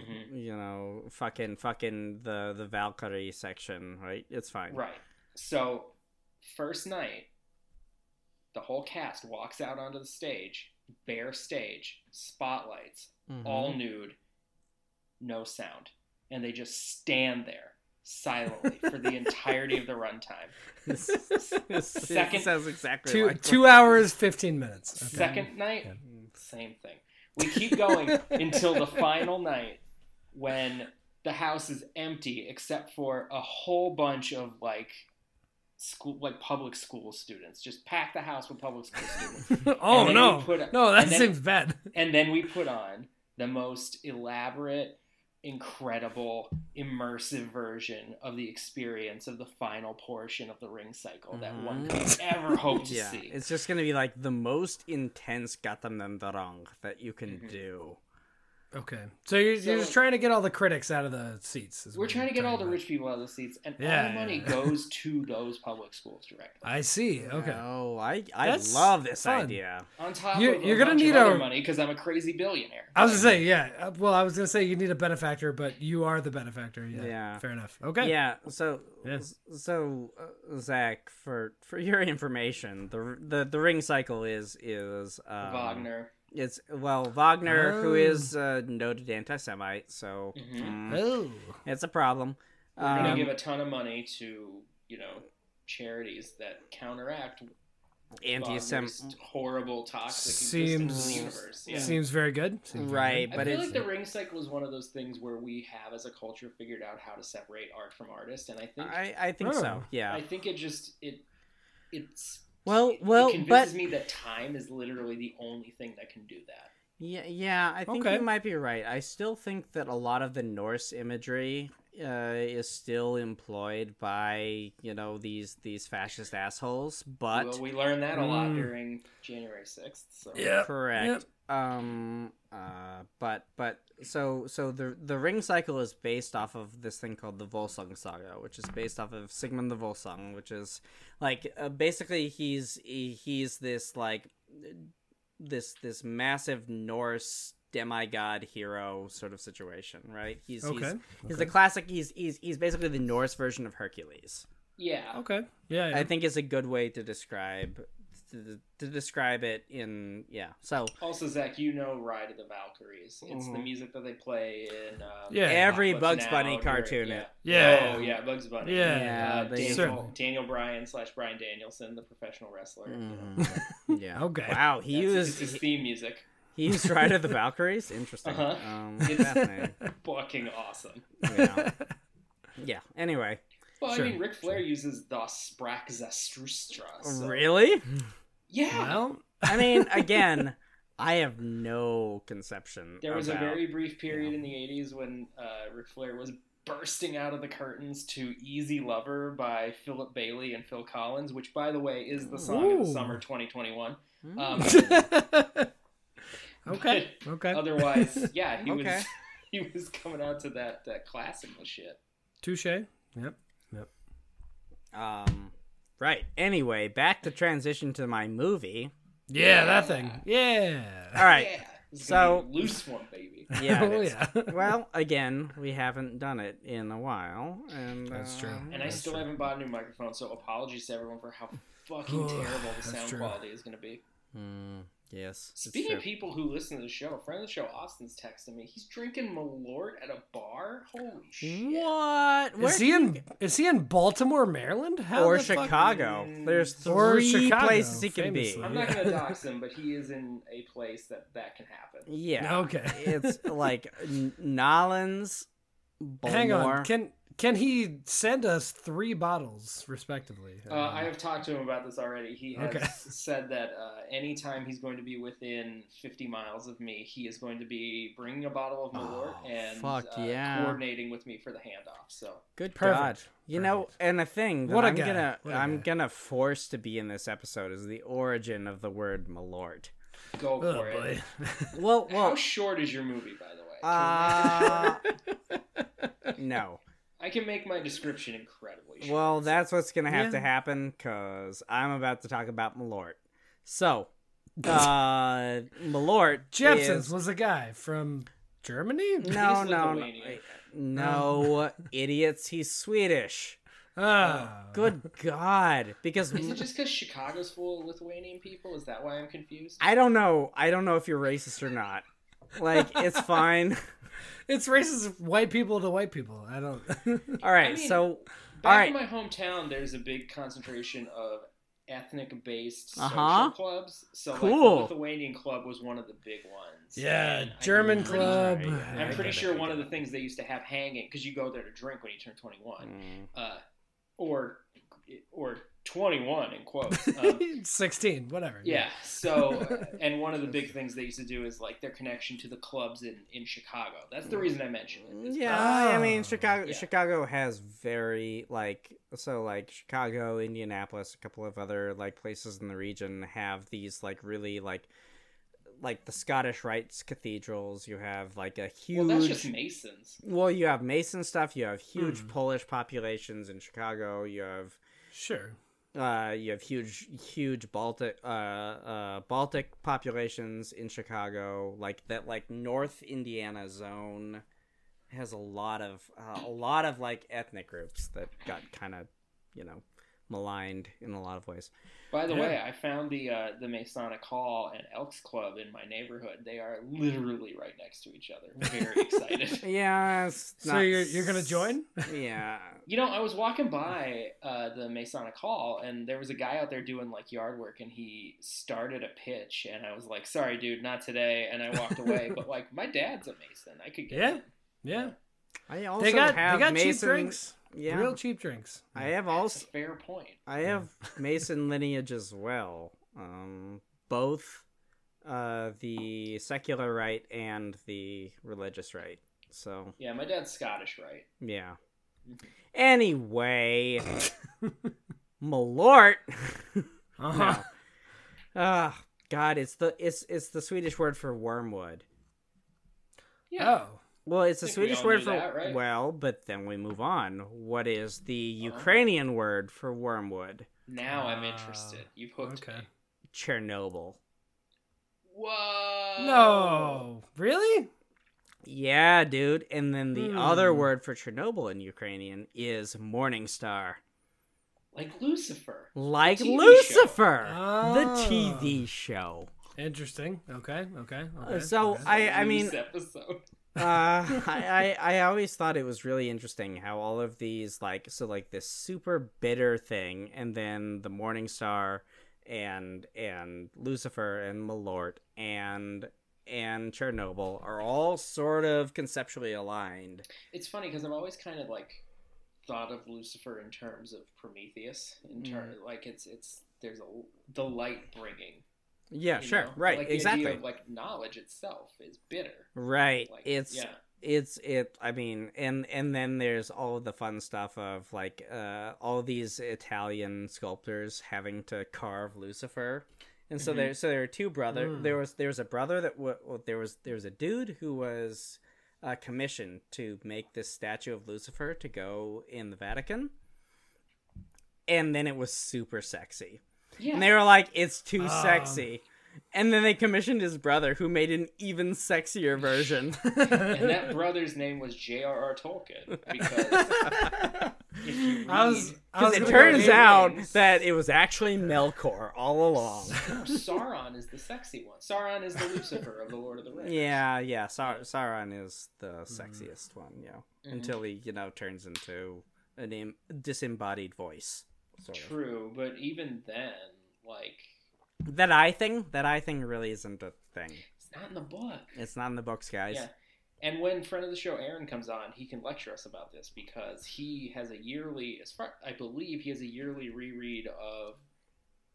Speaker 4: Mhm.
Speaker 2: you know fucking fucking the the Valkyrie section, right? It's fine.
Speaker 4: Right. So, first night, the whole cast walks out onto the stage, bare stage, spotlights,
Speaker 2: Mhm.
Speaker 4: all nude, no sound. And they just stand there silently for the entirety of the runtime.
Speaker 2: This- this- this
Speaker 4: Second-
Speaker 2: sounds exactly
Speaker 5: Two
Speaker 2: like
Speaker 5: two hours fifteen minutes. Okay.
Speaker 4: Second night,
Speaker 2: Mhm.
Speaker 4: same thing. We keep going until the final night when the house is empty except for a whole bunch of like school like public school students just pack the house with public school students
Speaker 5: oh
Speaker 4: And then
Speaker 5: no,
Speaker 4: we put-
Speaker 5: no, that
Speaker 4: and then-
Speaker 5: seems bad.
Speaker 4: and then we put on the most elaborate incredible immersive version of the experience of the final portion of the ring cycle that one could ever hope to
Speaker 2: Yeah,
Speaker 4: see
Speaker 2: it's just gonna be like the most intense got them them the wrong that you can
Speaker 4: Mm-hmm.
Speaker 2: do.
Speaker 5: Okay, so you're, you're
Speaker 4: So-
Speaker 5: just trying to get all the critics out of the seats. is
Speaker 4: We're
Speaker 5: what
Speaker 4: trying to get
Speaker 5: you're
Speaker 4: all the
Speaker 5: talking
Speaker 4: rich people out of the seats, and all
Speaker 5: Yeah,
Speaker 4: the money
Speaker 5: yeah.
Speaker 4: goes to those public schools directly.
Speaker 5: about. I see. Okay,
Speaker 2: Oh, I I
Speaker 5: That's
Speaker 2: love this
Speaker 5: fun.
Speaker 2: idea.
Speaker 4: On top
Speaker 5: You-
Speaker 4: of
Speaker 5: you're
Speaker 4: a
Speaker 5: gonna
Speaker 4: bunch of
Speaker 5: need
Speaker 4: other
Speaker 5: a-
Speaker 4: money because I'm a crazy billionaire.
Speaker 5: I was gonna say yeah. uh, Well, I was gonna say you need a benefactor, but you are the benefactor. Yeah,
Speaker 2: Yeah.
Speaker 5: fair enough. Okay,
Speaker 2: Yeah. So
Speaker 5: Yes.
Speaker 2: so uh, Zach, for for your information, the the the ring cycle is is um,
Speaker 4: Wagner.
Speaker 2: It's well Wagner, who
Speaker 5: Oh.
Speaker 2: is a noted anti-Semite, so
Speaker 4: Mhm.
Speaker 2: mm,
Speaker 5: Oh,
Speaker 2: it's a problem.
Speaker 4: We're gonna
Speaker 2: Um,
Speaker 4: give a ton of money to you know charities that counteract
Speaker 2: anti-Sem,
Speaker 4: Wagner's horrible toxic existence in
Speaker 5: Seems-
Speaker 4: the universe. Yeah.
Speaker 5: seems very good. Seems very
Speaker 2: right?
Speaker 4: I
Speaker 2: But
Speaker 4: feel
Speaker 2: it's
Speaker 4: like the ring cycle is one of those things where we have, as a culture, figured out how to separate art from artist, and I think
Speaker 2: I I think so.
Speaker 5: Oh.
Speaker 2: Yeah.
Speaker 4: I think it just it it's
Speaker 2: Well-
Speaker 4: it-
Speaker 2: well,
Speaker 4: it convinces
Speaker 2: but-
Speaker 4: me that time is literally the only thing that can do that.
Speaker 2: Yeah, yeah, I think
Speaker 5: Okay.
Speaker 2: you might be right. I still think that a lot of the Norse imagery uh, is still employed by you know these these fascist assholes, but
Speaker 4: well, we learned that a lot
Speaker 5: Mm.
Speaker 4: during January sixth. So.
Speaker 5: Yeah. Yep,
Speaker 2: correct. Um, uh, but but so so the the ring cycle is based off of this thing called the Volsung saga, which is based off of Sigmund the Volsung, which is like uh, basically he's he, he's this like this this massive Norse demigod hero sort of situation, right? He's
Speaker 5: Okay.
Speaker 2: he's, he's the classic. He's he's he's basically the Norse version of Hercules.
Speaker 4: Yeah.
Speaker 5: Okay. Yeah. yeah.
Speaker 2: I think is a good way to describe to, to describe it in yeah. So
Speaker 4: Also, Zach, you know "Ride of the Valkyries." It's the
Speaker 2: Mhm.
Speaker 4: music that they play in um,
Speaker 5: Mm-hmm. Yeah.
Speaker 2: Every
Speaker 4: Apocalypse
Speaker 2: Bugs
Speaker 4: Now
Speaker 2: Bunny
Speaker 4: during-
Speaker 2: cartoon
Speaker 4: Yeah.
Speaker 2: it.
Speaker 5: Yeah.
Speaker 4: Oh yeah, Bugs Bunny.
Speaker 5: Yeah.
Speaker 2: Yeah,
Speaker 4: Uh,
Speaker 2: they-
Speaker 4: Daniel,
Speaker 5: Certainly.
Speaker 4: Daniel Bryan slash Brian Danielson, the professional wrestler. you know.
Speaker 5: Mm-hmm.
Speaker 2: yeah.
Speaker 5: Okay.
Speaker 2: Wow, Mm-hmm. he
Speaker 4: That's-
Speaker 2: used
Speaker 4: it's his
Speaker 2: he,
Speaker 4: theme music.
Speaker 2: he used Ride of the Valkyries. Interesting.
Speaker 4: Uh-huh.
Speaker 2: Um,
Speaker 4: It's-
Speaker 2: fascinating.
Speaker 4: Fucking awesome.
Speaker 2: Yeah. yeah. Anyway,
Speaker 4: Well,
Speaker 5: Sure,
Speaker 4: I mean, Ric Flair uses the Sprach Zastrustra. so-
Speaker 2: really?
Speaker 4: Yeah.
Speaker 5: Well,
Speaker 2: I mean, again, I have no conception.
Speaker 4: There was
Speaker 2: about,
Speaker 4: a very brief period in the 80s when uh, Ric Flair was bursting out of the curtains to Easy Lover by Philip Bailey and Phil Collins, which, by the way, is the song of the
Speaker 5: Ooh. Mm.
Speaker 4: summer 2021.
Speaker 2: Hmm.
Speaker 4: Um,
Speaker 5: okay. Okay.
Speaker 4: otherwise, yeah, he
Speaker 2: Okay.
Speaker 4: was he was coming out to that, that classical shit.
Speaker 5: Touche. Yep.
Speaker 2: um, right. Anyway, back to transition to my movie.
Speaker 5: Yeah, that thing. Yeah.
Speaker 2: All right.
Speaker 4: Yeah. It's
Speaker 2: So-
Speaker 4: gonna be a loose one, baby.
Speaker 2: Yeah. it
Speaker 5: oh
Speaker 2: is.
Speaker 5: yeah.
Speaker 2: Well, again, we haven't done it in a while, and
Speaker 5: That's true.
Speaker 2: uh,
Speaker 4: And I
Speaker 5: That's
Speaker 4: still
Speaker 5: true.
Speaker 4: haven't bought a new microphone, so apologies to everyone for how fucking terrible the
Speaker 5: That's
Speaker 4: sound
Speaker 5: true.
Speaker 4: quality is going to be.
Speaker 2: Mm, yes. it's
Speaker 4: Speaking
Speaker 2: true.
Speaker 4: of people who listen to the show, a friend of the show, Austin's texting me. He's drinking Malort at a bar. Holy
Speaker 2: Hmm.
Speaker 4: shit!
Speaker 2: what? Where
Speaker 5: Is he in? Is he in Baltimore, Maryland? How
Speaker 2: or
Speaker 5: the fuck-
Speaker 2: Chicago? There's
Speaker 5: Or
Speaker 2: three
Speaker 5: Chicago,
Speaker 2: places he can
Speaker 5: famously.
Speaker 4: I'm not gonna dox him, but he is in a place that that can happen.
Speaker 2: be. Yeah.
Speaker 5: Okay.
Speaker 2: it's like N- Nolans, Baltimore.
Speaker 5: Hang on. Can can he send us three bottles respectively?
Speaker 4: Uh, I have talked to him about this already. He has
Speaker 5: Okay.
Speaker 4: said that uh, anytime he's going to be within 50 miles of me, he is going to be bringing a bottle of Malort
Speaker 2: Oh,
Speaker 4: and
Speaker 2: fuck
Speaker 4: uh,
Speaker 2: yeah.
Speaker 4: coordinating with me for the handoff. So
Speaker 2: Good
Speaker 5: Perfect.
Speaker 2: God. You know, and a thing that
Speaker 5: What a
Speaker 2: I'm
Speaker 5: guy.
Speaker 2: gonna
Speaker 5: What a
Speaker 2: I'm
Speaker 5: guy.
Speaker 2: gonna force to be in this episode is the origin of the word malort.
Speaker 4: go
Speaker 5: Oh
Speaker 4: for it.
Speaker 5: boy.
Speaker 2: Well,
Speaker 4: Oh,
Speaker 2: uh, well,
Speaker 4: How short is your movie, by the way? Can we-
Speaker 2: uh, no.
Speaker 4: I can make my description incredibly short.
Speaker 2: Well, that's what's gonna have to
Speaker 5: Yeah.
Speaker 2: happen because I'm about to talk about Malort. So, uh, Malort
Speaker 5: Jepsons
Speaker 2: is- Oh,
Speaker 5: was a guy from Germany.
Speaker 2: No,
Speaker 4: He's
Speaker 2: no, no,
Speaker 4: Lithuanian.
Speaker 2: no, idiots. He's Swedish.
Speaker 5: Ah.
Speaker 2: Good God! Because
Speaker 4: Is it just because Chicago's full of Lithuanian people? Is that why I'm confused?
Speaker 2: I don't know. I don't know if you're racist or not. Like, it's fine.
Speaker 5: It's racist white people to white people. I don't.
Speaker 2: All right.
Speaker 4: I mean,
Speaker 2: so,
Speaker 4: Back
Speaker 2: all right.
Speaker 4: in my hometown, there's a big concentration of ethnic-based
Speaker 2: Uh-huh.
Speaker 4: social clubs. So,
Speaker 2: Cool.
Speaker 4: like, the Lithuanian club was one of the big ones.
Speaker 5: yeah,
Speaker 4: And I'm
Speaker 5: German
Speaker 4: pretty-
Speaker 5: club.
Speaker 2: Right, yeah, I
Speaker 4: I'm pretty
Speaker 2: get it,
Speaker 4: sure
Speaker 2: I
Speaker 4: one
Speaker 2: get
Speaker 4: of the
Speaker 2: it.
Speaker 4: things they used to have hanging because you go there to drink when you turn 21,
Speaker 2: Mm.
Speaker 4: uh, or or 21 in quotes. Um,
Speaker 5: Sixteen, whatever.
Speaker 4: Yeah. So, and one of the big things they used to do is like their connection to the clubs in in Chicago. That's the reason I mentioned it. is
Speaker 2: Mm. Yeah, I mean
Speaker 5: Oh.
Speaker 2: Chicago.
Speaker 4: Yeah.
Speaker 2: Chicago has very like so like Chicago, Indianapolis, a couple of other like places in the region have these like really like like the Scottish Rites cathedrals. You have like a
Speaker 4: because-
Speaker 2: huge.
Speaker 4: Well, that's just Masons.
Speaker 2: well, you have Mason stuff. You have huge
Speaker 5: Hmm.
Speaker 2: Polish populations in Chicago. You have
Speaker 5: Sure.
Speaker 2: uh, you have huge, huge Baltic, uh, uh, Baltic populations in Chicago. Like that, like North Indiana zone has a lot of uh, a lot of like ethnic groups that got kind of, you know, maligned in a lot of ways.
Speaker 4: By the
Speaker 5: Yeah.
Speaker 4: way, I found the uh, the Masonic Hall and Elks Club in my neighborhood. They are literally right next to each other. Very excited.
Speaker 2: Yeah. it's
Speaker 5: So
Speaker 2: not
Speaker 5: you're you're gonna
Speaker 2: s-
Speaker 5: join?
Speaker 2: Yeah.
Speaker 4: You know, I was walking by uh, the Masonic Hall, and there was a guy out there doing like yard work, and he started a pitch, and I was like, "Sorry, dude, not today," and I walked away. but like, my dad's a Mason. I could get
Speaker 5: Yeah.
Speaker 4: in.
Speaker 5: Yeah.
Speaker 2: I also
Speaker 5: They got
Speaker 2: have
Speaker 5: they got cheap
Speaker 2: Mason.
Speaker 5: drinks.
Speaker 2: Yeah.
Speaker 5: Real cheap drinks.
Speaker 2: I have
Speaker 4: That's
Speaker 2: also
Speaker 4: a fair point.
Speaker 2: I have Mason lineage as well. Um, both uh, the secular right and the religious right. So
Speaker 4: Yeah, my dad's Scottish, right?
Speaker 2: yeah. Anyway, Malort.
Speaker 5: Uh-huh.
Speaker 2: Ah, God, it's the it's it's the Swedish word for wormwood.
Speaker 5: Oh.
Speaker 2: Well, it's the
Speaker 4: Think we
Speaker 2: Swedish
Speaker 4: all
Speaker 2: word
Speaker 4: knew
Speaker 2: for
Speaker 4: that, right?
Speaker 2: well, but then we move on. What is the
Speaker 4: Uh-huh.
Speaker 2: Ukrainian word for wormwood?
Speaker 4: Now I'm
Speaker 5: Ah,
Speaker 4: interested. You've hooked
Speaker 5: Okay.
Speaker 4: me.
Speaker 2: Chernobyl.
Speaker 4: Whoa!
Speaker 5: No. Really?
Speaker 2: Yeah, dude. And then the other
Speaker 5: Hmm.
Speaker 2: word for Chernobyl in Ukrainian is morning star.
Speaker 4: Like Lucifer.
Speaker 2: Like
Speaker 4: TV show.
Speaker 2: Lucifer, the
Speaker 5: Oh.
Speaker 2: TV show.
Speaker 5: Interesting. Okay. Okay.
Speaker 2: Uh,
Speaker 5: okay.
Speaker 2: so
Speaker 5: okay.
Speaker 2: I, I mean,
Speaker 4: Loose episode.
Speaker 2: uh, I, I, I always thought it was really interesting how all of these, like, so like this super bitter thing, and then the morning star, and and Lucifer and Malort and and Chernobyl are all sort of conceptually aligned.
Speaker 4: It's funny because I've always kind of like thought of Lucifer in terms of Prometheus. In
Speaker 2: Mm.
Speaker 4: terms, like it's it's there's a the light bringing.
Speaker 2: Yeah,
Speaker 4: you
Speaker 2: sure,
Speaker 4: know?
Speaker 2: right,
Speaker 4: Like, the idea
Speaker 2: exactly.
Speaker 4: of, like knowledge itself is bitter.
Speaker 2: Right.
Speaker 4: Like
Speaker 2: it's
Speaker 4: yeah.
Speaker 2: it's it I mean and and then there's all of the fun stuff of like uh all these Italian sculptors having to carve Lucifer. And so
Speaker 4: Mhm.
Speaker 2: there so there are two brother
Speaker 5: Mm.
Speaker 2: there was there was a brother that w- well, there was there was a dude who was uh, commissioned to make this statue of Lucifer to go in the Vatican. And then it was super sexy.
Speaker 4: Yeah.
Speaker 2: And they were like, it's too
Speaker 5: Um.
Speaker 2: sexy. And then they commissioned his brother, who made an even sexier version.
Speaker 4: and that brother's name was J.R.R. Tolkien because if you read,
Speaker 5: I was. I was
Speaker 2: Because it
Speaker 5: gonna
Speaker 2: turns
Speaker 5: go-
Speaker 2: out that it was actually Melkor all along.
Speaker 4: Sauron is the sexy one. Sauron is the Lucifer of the Lord of the Rings.
Speaker 2: Yeah, yeah. Sau- Sauron is the sexiest one, yeah.
Speaker 4: Mm.
Speaker 2: Until he, you know, turns into an Im- disembodied voice. Sort of.
Speaker 4: True, but even then, like,
Speaker 2: That eye thing, that eye thing really isn't a thing.
Speaker 4: it's not in the book.
Speaker 2: It's not in the books, guys.
Speaker 4: Yeah. And when friend of the show Aaron comes on, he can lecture us about this because he has a yearly, as far I believe, he has a yearly reread of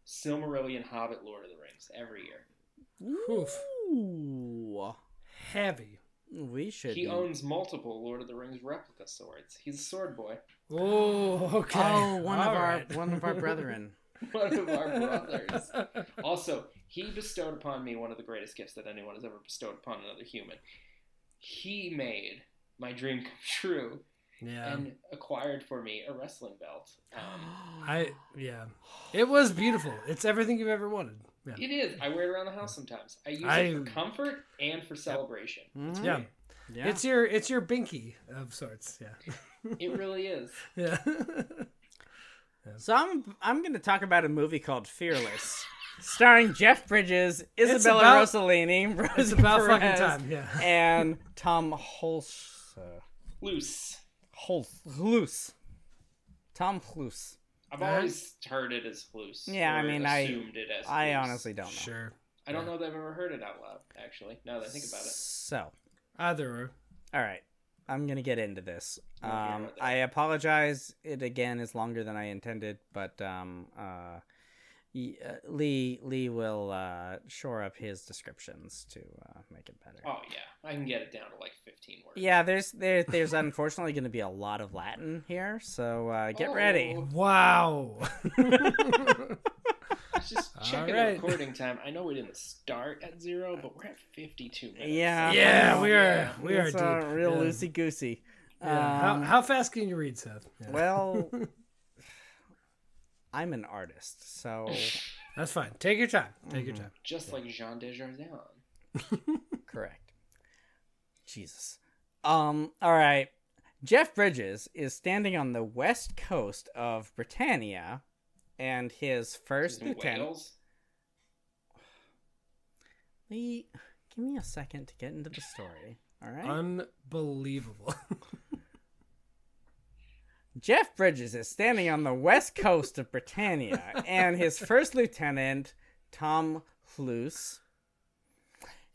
Speaker 4: Silmarillion, Hobbit, Lord of the Rings every year.
Speaker 5: Oof.
Speaker 2: Ooh.
Speaker 5: Heavy.
Speaker 2: We should.
Speaker 4: He owns multiple Lord of the Rings replica swords. He's a sword boy,
Speaker 5: Oh. Okay.
Speaker 2: Oh, one
Speaker 5: All
Speaker 2: of our
Speaker 5: right.
Speaker 2: one of our brethren.
Speaker 4: one of our brothers. Also, he bestowed upon me one of the greatest gifts that anyone has ever bestowed upon another human. He made my dream come true.
Speaker 5: Yeah.
Speaker 4: and acquired for me a wrestling belt. Um,
Speaker 5: I yeah. It was beautiful. It's everything you've ever wanted. Yeah.
Speaker 4: it is. I wear it around the house sometimes. I use
Speaker 5: I-
Speaker 4: it for comfort and for celebration.
Speaker 2: Mhm.
Speaker 5: Yeah.
Speaker 2: Yeah.
Speaker 5: It's your it's your binky of sorts. Yeah.
Speaker 4: It really is.
Speaker 5: Yeah.
Speaker 2: so I'm I'm going to talk about a movie called Fearless, starring Jeff Bridges, Isabella
Speaker 5: about-
Speaker 2: Rossellini, Rosa
Speaker 5: it's about fucking
Speaker 2: Perez,
Speaker 5: time. Yeah.
Speaker 2: and Tom Hulse. uh,
Speaker 4: Loose.
Speaker 2: Hulse. Hulse. Tom Hulse.
Speaker 4: I've always heard it as loose.
Speaker 2: Uh-huh. Yeah, I
Speaker 4: or
Speaker 2: mean, I-
Speaker 4: assumed it as.
Speaker 2: I
Speaker 4: loose.
Speaker 2: honestly don't know.
Speaker 5: Sure.
Speaker 4: I don't know that I've ever heard it out loud. Actually, now that I think about it,
Speaker 2: So,
Speaker 5: Either or.
Speaker 2: all right. I'm going to get into this.
Speaker 4: Okay,
Speaker 2: Um,
Speaker 4: about that.
Speaker 2: I apologize. It again is longer than I intended, but um, uh, y- uh, Lee Lee will uh, shore up his descriptions to uh, make it better.
Speaker 4: oh yeah, I can get it down to like fifteen words.
Speaker 2: Yeah, there's there there's unfortunately going to be a lot of Latin here, so uh, get ready.
Speaker 4: Oh,
Speaker 5: Wow.
Speaker 4: I was Just checking
Speaker 5: Alright.
Speaker 4: the recording time. I know we didn't start at zero, but we're at fifty-two minutes.
Speaker 2: Yeah.
Speaker 5: yeah, we are we are
Speaker 2: It's
Speaker 5: deep.
Speaker 2: uh, real
Speaker 5: yeah.
Speaker 2: loosey goosey.
Speaker 5: Yeah. how, how fast can you read, Seth? Yeah.
Speaker 2: Well, I'm an artist, so
Speaker 5: That's fine. Take your time. Take
Speaker 2: Mm-hmm.
Speaker 5: your time.
Speaker 4: Just like Jean Desjardins.
Speaker 2: correct. Jesus. Um. All right. Jeff Bridges is standing on the west coast of Britannia, and his first
Speaker 4: He's in
Speaker 2: lieutenant.
Speaker 4: Wales.
Speaker 2: Lee, give me a second to get into the story. All right.
Speaker 5: Unbelievable.
Speaker 2: Jeff Bridges is standing on the west coast of Britannia, and his first lieutenant, Tom Hluce,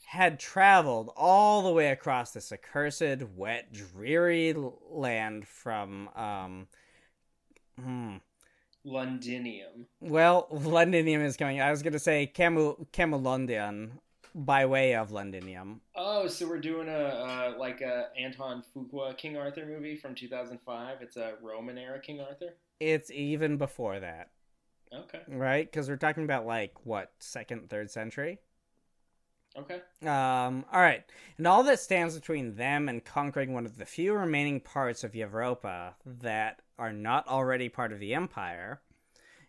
Speaker 2: had traveled all the way across this accursed, wet, dreary l- land from, um, hmm,
Speaker 4: Londinium.
Speaker 2: well, Londinium is coming. I was going to say Camu- Camulondian by way of Londinium.
Speaker 4: Oh, so we're doing a uh, like a Anton Fuqua King Arthur movie from 2005. It's a Roman era King Arthur.
Speaker 2: It's even before that,
Speaker 4: Okay,
Speaker 2: right? Because we're talking about, like, what, second, third century?
Speaker 4: okay.
Speaker 2: Um, all right. And all that stands between them and conquering one of the few remaining parts of Europa that are not already part of the empire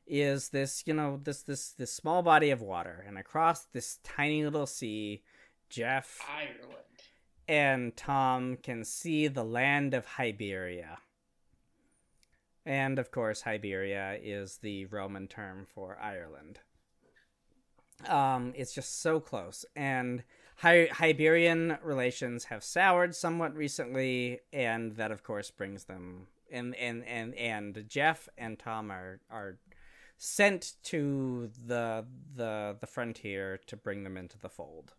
Speaker 2: is this, you know, this this this small body of water. And across this tiny little sea, Jeff
Speaker 4: Ireland.
Speaker 2: and Tom can see the land of Hiberia. And of course, Hiberia is the Roman term for Ireland. Um, it's just so close. And Hi- Hiberian relations have soured somewhat recently, and that, of course, brings them. And, and, and, and Jeff and Tom are, are sent to the, the, the frontier to bring them into the fold.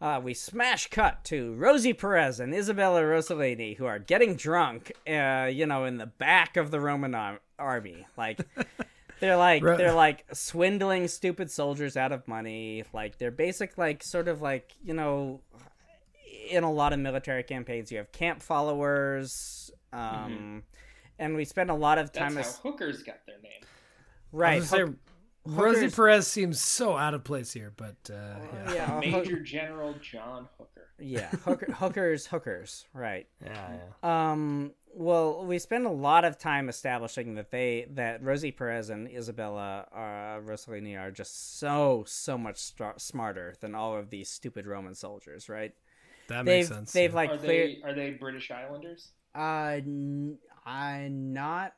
Speaker 2: Uh, we smash cut to Rosie Perez and Isabella Rossellini, who are getting drunk, uh, you know, in the back of the Roman ar- army. Like, they're like
Speaker 5: Ro-
Speaker 2: they're like swindling stupid soldiers out of money. Like, they're basic, like, sort of like you know, in a lot of military campaigns, you have camp followers, um, and we spend a lot of
Speaker 4: Mm-hmm. That's
Speaker 2: time as-
Speaker 4: how hookers got their name.
Speaker 5: I
Speaker 2: right.
Speaker 5: was gonna say, Rosie
Speaker 2: hookers-
Speaker 5: Perez seems so out of place here, but uh, yeah.
Speaker 2: yeah, hook-
Speaker 4: Major General John Hooker.
Speaker 2: yeah, hooker, hookers, hookers, right.
Speaker 5: yeah, yeah.
Speaker 2: Um. Well, we spend a lot of time establishing that they that Rosie Perez and Isabella uh, Rossellini are just so so much star- smarter than all of these stupid Roman soldiers, right?
Speaker 5: That
Speaker 2: they've
Speaker 5: makes sense.
Speaker 2: they've
Speaker 5: yeah.
Speaker 2: like
Speaker 4: are
Speaker 2: clear.
Speaker 4: they are they British Islanders?
Speaker 2: Uh, n- I not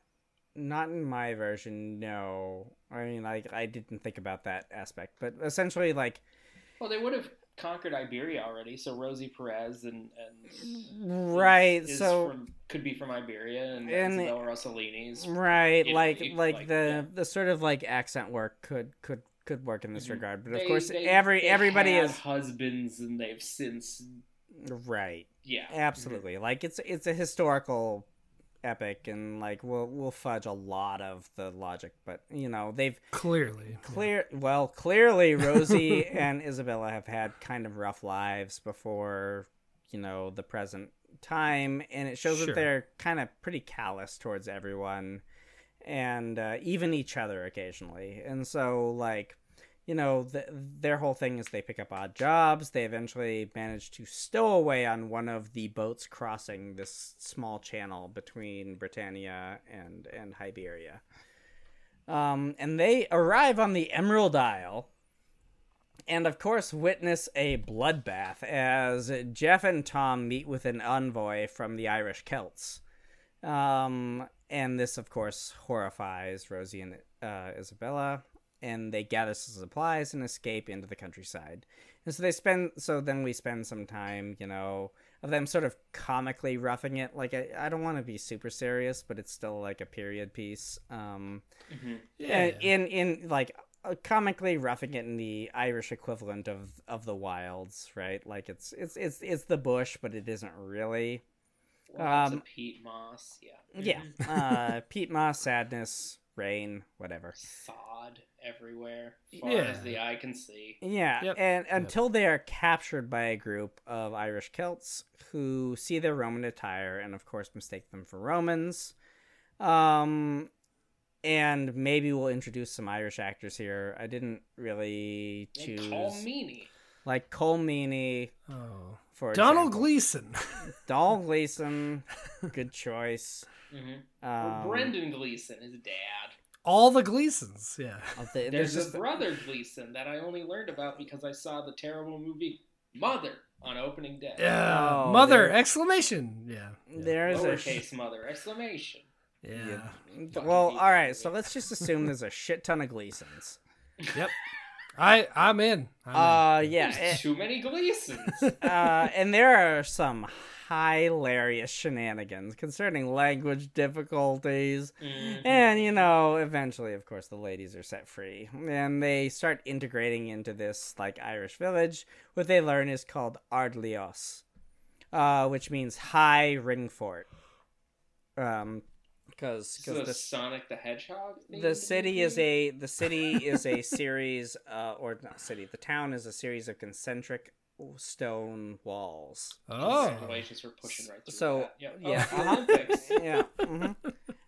Speaker 2: not in my version. No, I mean like I didn't think about that aspect, but essentially like
Speaker 4: Well, they would have conquered Iberia already. So Rosie Perez and and
Speaker 2: right.
Speaker 4: is
Speaker 2: so
Speaker 4: from, could be from Iberia and,
Speaker 2: And-
Speaker 4: Isabel Rossellini's.
Speaker 2: right
Speaker 4: Italy,
Speaker 2: like like,
Speaker 4: like,
Speaker 2: the
Speaker 4: yeah.
Speaker 2: the sort of like accent work could could could work in this
Speaker 4: Mhm.
Speaker 2: regard but of
Speaker 4: They-
Speaker 2: course
Speaker 4: they-
Speaker 2: every
Speaker 4: they
Speaker 2: everybody
Speaker 4: had
Speaker 2: is
Speaker 4: husbands, and they've since
Speaker 2: right
Speaker 4: yeah
Speaker 2: absolutely
Speaker 4: Mm-hmm.
Speaker 2: like it's it's a historical epic and like we'll we'll fudge a lot of the logic but you know they've
Speaker 5: clearly
Speaker 2: clear well clearly rosie and isabella have had kind of rough lives before you know the present time and it shows
Speaker 5: Sure.
Speaker 2: that they're kind of pretty callous towards everyone and uh, even each other occasionally and so like you know, th their whole thing is they pick up odd jobs. They eventually manage to stow away on one of the boats crossing this small channel between Britannia and and Hiberia. Um, and they arrive on the Emerald Isle, and of course witness a bloodbath as Jeff and Tom meet with an envoy from the Irish Celts. Um, and this, of course, horrifies Rosie and uh, Isabella, and they gather some supplies and escape into the countryside. And so they spend, so then we spend some time, you know, of them sort of comically roughing it. Like, I, I don't want to be super serious, but it's still like a period piece. Um,
Speaker 4: Mm-hmm.
Speaker 5: Yeah.
Speaker 2: uh, in in like uh, comically roughing it in the Irish equivalent of of the wilds, right? Like it's it's it's it's the bush, but it isn't really.
Speaker 4: Lots
Speaker 2: Um,
Speaker 4: of peat moss. Yeah.
Speaker 2: Yeah, uh, peat moss, sadness, rain, whatever.
Speaker 4: Sod everywhere, far
Speaker 5: Yeah.
Speaker 4: as the eye can see.
Speaker 2: Yeah,
Speaker 5: Yep.
Speaker 2: and until they are captured by a group of Irish Celts who see their Roman attire and, of course, mistake them for Romans. Um, and maybe we'll introduce some Irish actors here. I didn't really
Speaker 4: And
Speaker 2: choose
Speaker 4: call meanie.
Speaker 2: like Cole Meany
Speaker 5: Oh.
Speaker 2: for
Speaker 5: Donald
Speaker 2: example.
Speaker 5: Gleason.
Speaker 2: Donald Gleason, good choice.
Speaker 4: Mhm.
Speaker 2: Um,
Speaker 4: or Brendan Gleeson, his dad.
Speaker 5: All the Gleasons. Yeah.
Speaker 2: oh, th-
Speaker 4: There's,
Speaker 2: There's
Speaker 4: a
Speaker 2: just
Speaker 4: brother Gleeson that I only learned about because I saw the terrible movie Mother on opening day.
Speaker 5: Yeah.
Speaker 2: Oh,
Speaker 5: Mother!
Speaker 2: there-
Speaker 5: Exclamation. Yeah.
Speaker 2: there's a sh-
Speaker 4: Lowercase mother exclamation.
Speaker 5: Yeah.
Speaker 2: well, all right. So let's just assume there's a shit ton of Gleasons.
Speaker 5: Yep. I I'm in. I'm in.
Speaker 2: Uh, yeah.
Speaker 4: There's
Speaker 2: eh,
Speaker 4: too many Gleesons.
Speaker 2: uh, and there are some hilarious shenanigans concerning language difficulties.
Speaker 4: Mhm.
Speaker 2: And, you know, eventually, of course, the ladies are set free. And they start integrating into this, like, Irish village. What they learn is called Ardlios, uh, which means high ring fort. Um, because
Speaker 4: So
Speaker 2: the
Speaker 4: Sonic the Hedgehog.
Speaker 2: the
Speaker 4: themed
Speaker 2: city is
Speaker 4: movie?
Speaker 2: a the city is a series uh, or not city the town is a series of concentric stone walls
Speaker 5: oh.
Speaker 4: Congratulations for pushing right through
Speaker 2: So,
Speaker 4: that. Yep. Oh,
Speaker 2: yeah.
Speaker 4: it's the Olympics.
Speaker 2: yeah mhm.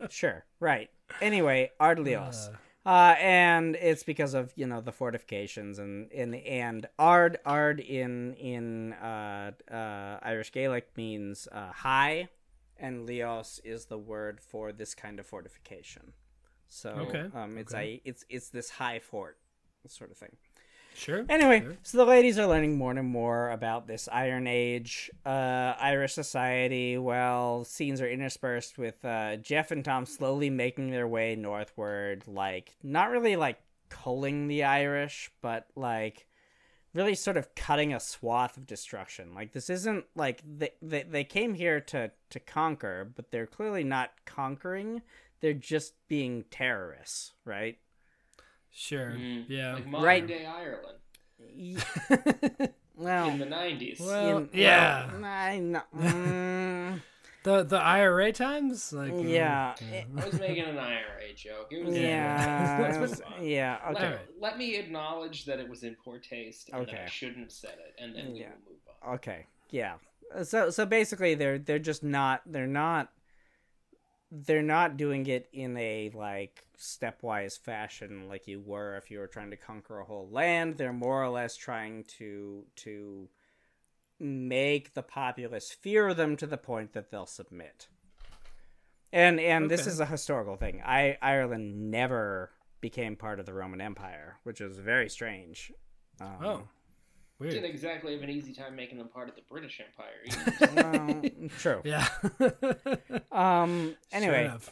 Speaker 2: sure right anyway ardlios uh, and it's because of you know the fortifications and and and ard ard in in uh, uh, irish gaelic means uh, high and leos is the word for this kind of fortification so
Speaker 5: Okay,
Speaker 2: um, it's
Speaker 5: okay.
Speaker 2: a it's it's this high fort sort of thing
Speaker 5: Sure.
Speaker 2: Anyway,
Speaker 5: Sure.
Speaker 2: so the ladies are learning more and more about this Iron Age uh, Irish society while scenes are interspersed with uh, Jeff and Tom slowly making their way northward, like, not really like culling the Irish, but like really sort of cutting a swath of destruction. Like, this isn't like they, they, they came here to, to conquer, but they're clearly not conquering, they're just being terrorists, right?
Speaker 5: Sure.
Speaker 4: Mm.
Speaker 5: Yeah.
Speaker 4: Like modern
Speaker 2: Right.
Speaker 4: day Ireland
Speaker 2: Ye- well,
Speaker 4: in the 90s.
Speaker 5: Well,
Speaker 2: in-
Speaker 5: yeah.
Speaker 2: well, I know. Mm,
Speaker 5: The the IRA times like mm,
Speaker 2: yeah.
Speaker 4: I was making an IRA joke. It was
Speaker 2: Yeah.
Speaker 4: Let's
Speaker 2: it was-
Speaker 4: move on.
Speaker 2: yeah.
Speaker 4: Let,
Speaker 2: Okay.
Speaker 5: Alright.
Speaker 4: let me acknowledge that it was in poor taste and that I
Speaker 2: Okay.
Speaker 4: shouldn't have said it, and then we
Speaker 2: Yeah.
Speaker 4: will move on.
Speaker 2: Okay. Yeah. So so basically, they're they're just not they're not they're not doing it in a like stepwise fashion like you were if you were trying to conquer a whole land. They're more or less trying to to make the populace fear them to the point that they'll submit. And and this
Speaker 5: Okay.
Speaker 2: is a historical thing. I Ireland never became part of the Roman Empire, which is very strange. Um,
Speaker 5: Oh.
Speaker 4: Didn't
Speaker 5: Weird.
Speaker 4: exactly have an easy time making them part of the British Empire. Either.
Speaker 2: well, true.
Speaker 5: Yeah.
Speaker 2: Um.
Speaker 5: Sure
Speaker 2: Anyway,
Speaker 5: enough.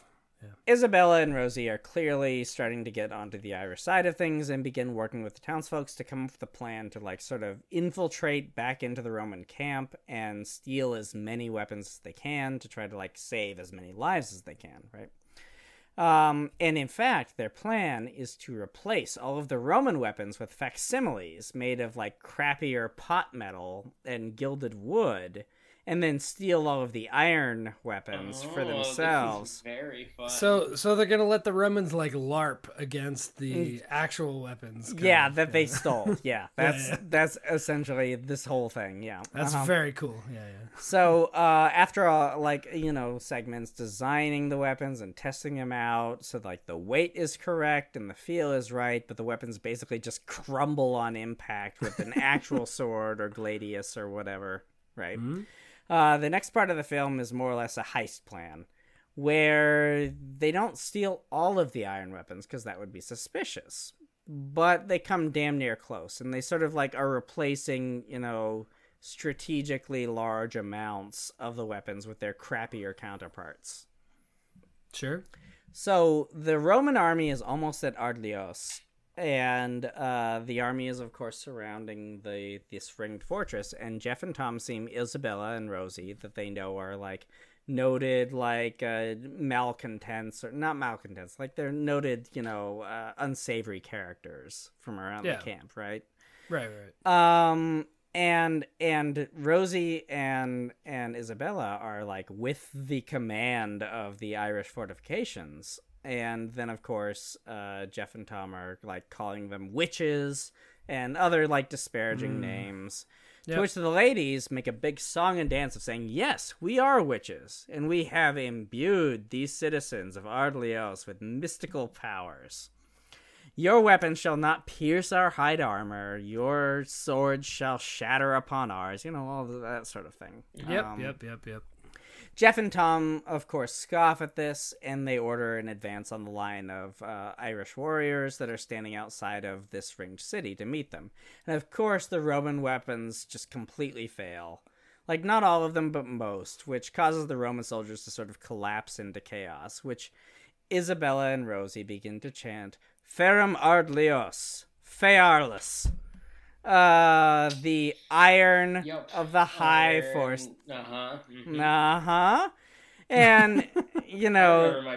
Speaker 2: Isabella and Rosie are clearly starting to get onto the Irish side of things and begin working with the townsfolks to come up with a plan to like sort of infiltrate back into the Roman camp and steal as many weapons as they can to try to like save as many lives as they can. Right. Um, and in fact, their plan is to replace all of the Roman weapons with facsimiles made of like crappier pot metal and gilded wood and then steal all of the iron weapons
Speaker 4: Oh,
Speaker 2: for
Speaker 4: this is
Speaker 2: themselves.
Speaker 4: very fun.
Speaker 5: So, so they're gonna let the Romans like LARP against the actual weapons. kind
Speaker 2: Mm. Yeah,
Speaker 5: of.
Speaker 2: that they stole. Yeah, that's
Speaker 5: yeah.
Speaker 2: that's essentially this whole thing. Yeah,
Speaker 5: That's
Speaker 2: Uh-huh.
Speaker 5: very cool. Yeah, yeah.
Speaker 2: So uh, after all, like you know, segments designing the weapons and testing them out, so like the weight is correct and the feel is right, but the weapons basically just crumble on impact with an actual sword or gladius or whatever, right? Uh, the next part of the film is more or less a heist plan, where they don't steal all of the iron weapons because that would be suspicious, but they come damn near close, and they sort of like are replacing, you know strategically large amounts of the weapons with their crappier counterparts.
Speaker 5: Sure.
Speaker 2: So the Roman army is almost at Ardlios, and uh, the army is of course surrounding the this ringed fortress. And Jeff and Tom seem Isabella and Rosie that they know are like noted like uh, malcontents or not malcontents, like they're noted you know uh, unsavory characters from around
Speaker 5: Yeah.
Speaker 2: the camp, right?
Speaker 5: Right, right.
Speaker 2: Um and and Rosie and and Isabella are like with the command of the Irish fortifications. And then of course, uh Jeff and Tom are like calling them witches and other like disparaging names.
Speaker 5: Yep.
Speaker 2: To which the ladies make a big song and dance of saying, Yes, we are witches, and we have imbued these citizens of Ardlios with mystical powers. Your weapon shall not pierce our hide armor. Your sword shall shatter upon ours. You know, all of that sort of thing.
Speaker 5: Yep,
Speaker 2: Um,
Speaker 5: yep, yep, yep.
Speaker 2: Jeff and Tom, of course, scoff at this, and they order an advance on the line of uh, Irish warriors that are standing outside of this ringed city to meet them. And of course, the Roman weapons just completely fail. Like, not all of them, but most, which causes the Roman soldiers to sort of collapse into chaos, which Isabella and Rosie begin to chant Ferum ard leos, fearless. Uh, the iron
Speaker 4: Yep.
Speaker 2: of the high force.
Speaker 4: Uh huh.
Speaker 2: Uh huh. And, you know,
Speaker 4: my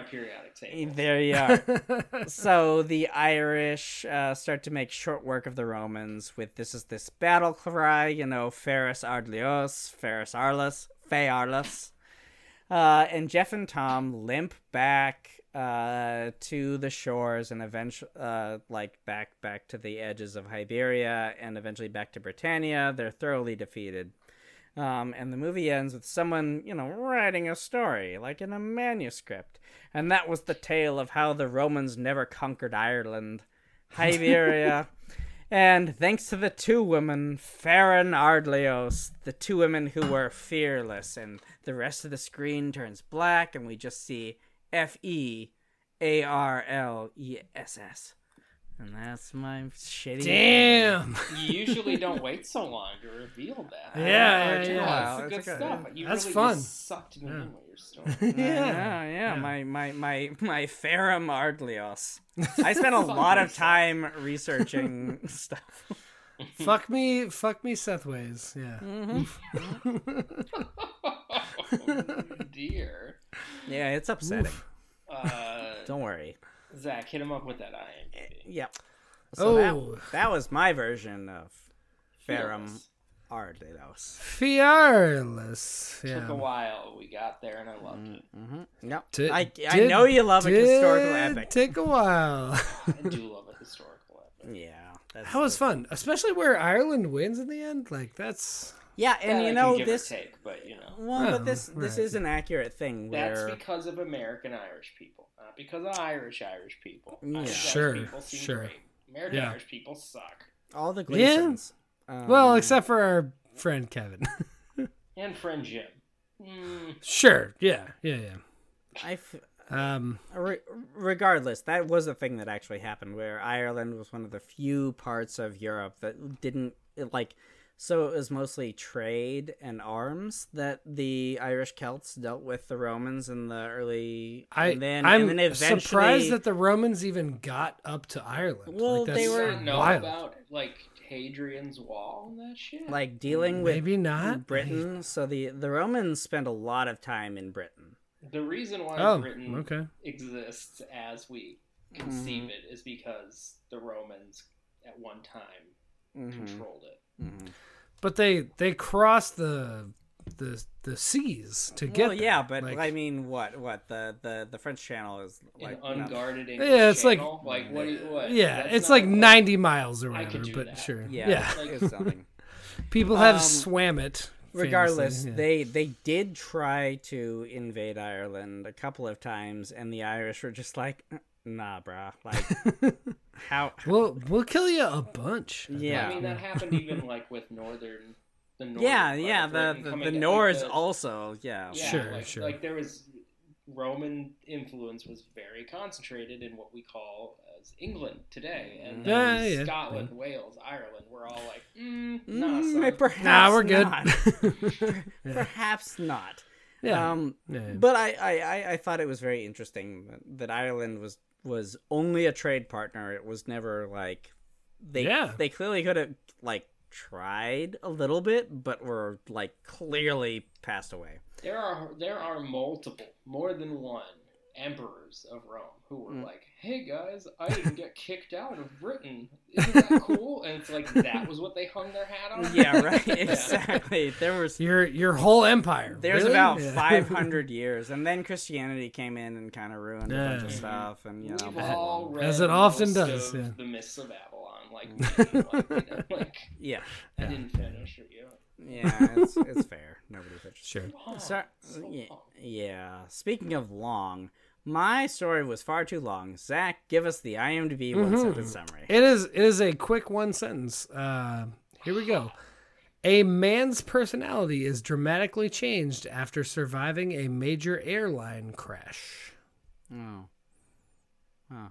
Speaker 4: periodic table.
Speaker 2: Eh, there you are. so the Irish uh, start to make short work of the Romans with this is this battle cry, you know, Ferris Ardlios, Ferris Arlus, Fe Arlus. Uh, and Jeff and Tom limp back uh, to the shores and eventually, uh, like, back back to the edges of Iberia and eventually back to Britannia. They're thoroughly defeated. Um, and the movie ends with someone, you know, writing a story, like in a manuscript. And that was the tale of how the Romans never conquered Ireland, Iberia. and thanks to the two women, Farron Ardlios, the two women who were fearless. And the rest of the screen turns black, and we just see F E A R L E S S. And that's my shitty.
Speaker 5: Damn.
Speaker 4: you usually don't wait so long to reveal that.
Speaker 5: Yeah, yeah,
Speaker 4: Wow,
Speaker 5: yeah.
Speaker 4: That's
Speaker 2: Wow,
Speaker 4: good
Speaker 2: it's okay.
Speaker 4: stuff. You
Speaker 5: That's
Speaker 4: really
Speaker 5: fun.
Speaker 4: Just sucked me in with your story.
Speaker 5: yeah.
Speaker 2: Yeah, yeah, my my my my Ferrum Ardlios. I spent a lot of time researching stuff.
Speaker 5: fuck me, fuck me, Seth Ways. Yeah.
Speaker 2: Mm-hmm.
Speaker 4: oh, dear.
Speaker 2: Yeah, it's upsetting.
Speaker 4: Uh,
Speaker 2: Don't worry.
Speaker 4: Zach, hit him up with that IMDb.
Speaker 2: Yep. So
Speaker 5: Oh,
Speaker 2: that, that was my version of Ferrum
Speaker 4: Fearless.
Speaker 2: Ardlios.
Speaker 5: fearless.
Speaker 4: Took a
Speaker 5: Yeah.
Speaker 4: while. We got there, and I loved
Speaker 2: Mm.
Speaker 4: it.
Speaker 2: Mm-hmm. Yep.
Speaker 5: Ti-
Speaker 2: I, I
Speaker 5: did-
Speaker 2: know you love a historical
Speaker 5: did
Speaker 2: epic.
Speaker 5: Take a while.
Speaker 4: I do love a historical epic.
Speaker 2: yeah. That's
Speaker 5: that was fun, especially where Ireland wins in the end. Like that's
Speaker 2: yeah,
Speaker 4: That
Speaker 2: and
Speaker 4: I
Speaker 2: you
Speaker 4: can
Speaker 2: know
Speaker 4: give
Speaker 2: this.
Speaker 4: or take, but you know,
Speaker 2: Well,
Speaker 5: Oh,
Speaker 2: but this this
Speaker 5: right.
Speaker 2: is an accurate thing where
Speaker 4: that's because of American Irish people, not because of Irish Irish people.
Speaker 2: Yeah.
Speaker 4: Irish
Speaker 5: Sure,
Speaker 4: Irish people seem
Speaker 5: sure.
Speaker 4: Great. American
Speaker 5: Yeah.
Speaker 4: Irish people suck,
Speaker 2: all the
Speaker 5: Yeah.
Speaker 2: Gleasons. um,
Speaker 5: well, except for our friend Kevin.
Speaker 4: and friend Jim. Mm,
Speaker 5: sure. Yeah. Yeah.
Speaker 2: I f-
Speaker 5: Yeah. Um.
Speaker 2: Re- regardless, that was a thing that actually happened where Ireland was one of the few parts of Europe that didn't it, like so it was mostly trade and arms that the Irish Celts dealt with the Romans in the early
Speaker 5: I,
Speaker 2: and then
Speaker 5: I'm
Speaker 2: and then eventually
Speaker 5: surprised that the Romans even got up to Ireland.
Speaker 2: Well,
Speaker 5: like, that's
Speaker 2: they
Speaker 4: you
Speaker 2: were-
Speaker 4: don't know
Speaker 5: wild.
Speaker 4: about like Hadrian's Wall and that shit.
Speaker 2: like dealing with
Speaker 5: Maybe not
Speaker 2: Britain, so the the Romans spent a lot of time in Britain.
Speaker 4: the reason why
Speaker 5: Oh,
Speaker 4: Britain
Speaker 5: okay.
Speaker 4: exists as we
Speaker 2: Mm-hmm.
Speaker 4: conceive it is because the Romans at one Mm-hmm.
Speaker 2: Mm-hmm.
Speaker 4: time controlled it.
Speaker 5: But they they crossed the the the seas to get
Speaker 2: Well, yeah,
Speaker 5: there.
Speaker 2: but
Speaker 5: Like,
Speaker 2: I mean, what? What the the the French Channel is
Speaker 4: An
Speaker 2: like not-
Speaker 4: unguarded English
Speaker 5: Yeah, it's like-
Speaker 4: channel? like what? do you- what?
Speaker 5: yeah,
Speaker 4: That's
Speaker 5: it's
Speaker 4: not
Speaker 5: like
Speaker 4: a-
Speaker 5: 90 miles or
Speaker 4: I
Speaker 5: whatever,
Speaker 4: could do
Speaker 5: but
Speaker 4: that.
Speaker 5: sure.
Speaker 2: Yeah,
Speaker 5: Yeah.
Speaker 2: it's- it's something.
Speaker 5: People have
Speaker 2: Um,
Speaker 5: swam it. famously,
Speaker 2: Regardless,
Speaker 5: yeah.
Speaker 2: they they did try to invade Ireland a couple of times, and the Irish were just like, "Uh, "Nah, brah." Like, how?
Speaker 5: We'll we'll kill you a bunch.
Speaker 2: Yeah,
Speaker 4: I mean, that happened even like with northern. The northern
Speaker 2: yeah,
Speaker 4: part of
Speaker 2: yeah. The
Speaker 4: Britain
Speaker 2: the,
Speaker 4: coming
Speaker 2: the
Speaker 4: to- like,
Speaker 2: Nords
Speaker 4: the-
Speaker 2: also, yeah.
Speaker 4: yeah,
Speaker 5: Sure,
Speaker 4: like,
Speaker 5: sure.
Speaker 4: Like there was Roman influence was very concentrated in what we call as England today, and then
Speaker 5: Yeah, yeah.
Speaker 4: Scotland, Wales, Ireland. We're all like, mm, nah,
Speaker 2: Mm,
Speaker 4: son.
Speaker 2: perhaps
Speaker 5: Nah, we're good.
Speaker 2: not. Perhaps not.
Speaker 5: yeah.
Speaker 2: Um,
Speaker 5: Yeah.
Speaker 2: but I, I, I- I thought it was very interesting that- that Ireland was was only a trade partner. It was never like they
Speaker 5: Yeah.
Speaker 2: they clearly could have like tried a little bit, but were like clearly passed away.
Speaker 4: There are there are multiple, more than one emperors of Rome who were
Speaker 2: Mm.
Speaker 4: like, "Hey guys, I didn't get kicked out of Britain. Isn't that cool?" And it's like that was what they hung their hat on.
Speaker 2: Yeah, right. exactly. There was
Speaker 5: your your whole empire.
Speaker 2: there's
Speaker 5: really?
Speaker 2: about
Speaker 5: Yeah.
Speaker 2: 500 years, and then Christianity came in and kind of ruined a bunch of
Speaker 5: Yeah.
Speaker 2: stuff, and you know.
Speaker 4: We've
Speaker 2: blah, blah,
Speaker 4: all
Speaker 2: blah.
Speaker 4: read
Speaker 5: As it often
Speaker 4: most
Speaker 5: does,
Speaker 4: of
Speaker 5: yeah.
Speaker 4: The Myths of Avalon, like, many, like, you know, like
Speaker 2: Hmm. yeah,
Speaker 4: I didn't finish it. Yeah.
Speaker 2: yeah, it's, it's fair. Nobody pitched.
Speaker 5: Sure.
Speaker 4: Oh,
Speaker 2: Sorry.
Speaker 4: so
Speaker 2: yeah,
Speaker 4: long.
Speaker 2: yeah. Speaking of long, my story was far too long. Zach, give us the IMDb one
Speaker 5: Mm-hmm.
Speaker 2: sentence summary.
Speaker 5: It is it is a quick one sentence. Uh, here we go. A man's personality is dramatically changed after surviving a major airline crash.
Speaker 2: Oh. Huh.
Speaker 4: Let me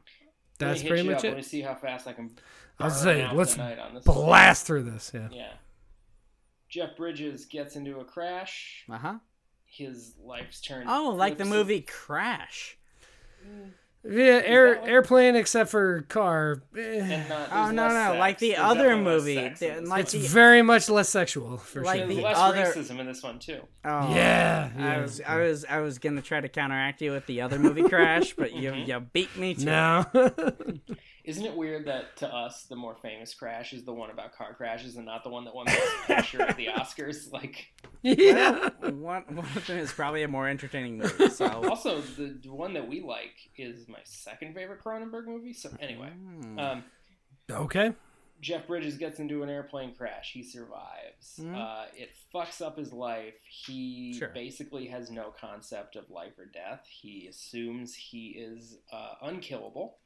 Speaker 5: That's
Speaker 4: hit
Speaker 5: pretty
Speaker 4: you
Speaker 5: much
Speaker 4: up. Let me
Speaker 5: it.
Speaker 4: see how fast I can.
Speaker 5: I'll
Speaker 4: burn
Speaker 5: say,
Speaker 4: out
Speaker 5: let's
Speaker 4: tonight on this one.
Speaker 5: blast through this. Yeah.
Speaker 4: Yeah. Jeff Bridges gets into a crash.
Speaker 2: Uh
Speaker 5: uh-huh.
Speaker 2: huh.
Speaker 4: His life's turned.
Speaker 2: Oh, like the
Speaker 4: flips-
Speaker 2: movie Crash.
Speaker 5: Yeah. Air
Speaker 4: what-
Speaker 5: airplane, except for car. Eh,
Speaker 4: And not,
Speaker 2: Oh
Speaker 4: there's
Speaker 2: no,
Speaker 4: less
Speaker 2: no,
Speaker 4: sex.
Speaker 2: like the
Speaker 4: There's
Speaker 2: other
Speaker 4: definitely less
Speaker 2: movie.
Speaker 4: sex in
Speaker 2: the-
Speaker 4: this
Speaker 2: like
Speaker 5: it's
Speaker 2: the-
Speaker 5: very much less sexual for
Speaker 2: Like
Speaker 5: sure.
Speaker 4: There's
Speaker 2: the
Speaker 4: less
Speaker 2: other-
Speaker 4: racism in this one too.
Speaker 2: oh,
Speaker 5: yeah.
Speaker 2: I
Speaker 5: yeah.
Speaker 2: was, I was, I was gonna try to counteract you with the other movie Crash, but you,
Speaker 4: Mm-hmm.
Speaker 2: you beat me to. it.
Speaker 5: no.
Speaker 4: Isn't it weird that to us the more famous crash is the one about car crashes and not the one that won Best Picture at the Oscars? Like,
Speaker 5: yeah.
Speaker 2: One, one of them is probably a more entertaining movie. So.
Speaker 4: also the one that we like is my second favorite Cronenberg movie. So anyway,
Speaker 2: Mm.
Speaker 4: um,
Speaker 5: Okay.
Speaker 4: Jeff Bridges gets into an airplane crash. He survives.
Speaker 2: Mhm.
Speaker 4: Uh, it fucks up his life. He
Speaker 2: Sure.
Speaker 4: basically has no concept of life or death. He assumes he is uh, unkillable.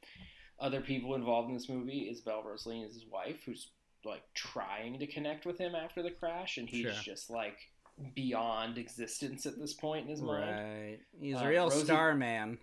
Speaker 4: Other people involved in this movie is Belle Rosaline is his wife, who's like trying to connect with him after the crash, and he's
Speaker 2: Sure.
Speaker 4: just like beyond existence at this point in his mind.
Speaker 2: Right. He's
Speaker 4: Uh,
Speaker 2: a real
Speaker 4: Rosie-
Speaker 2: star man.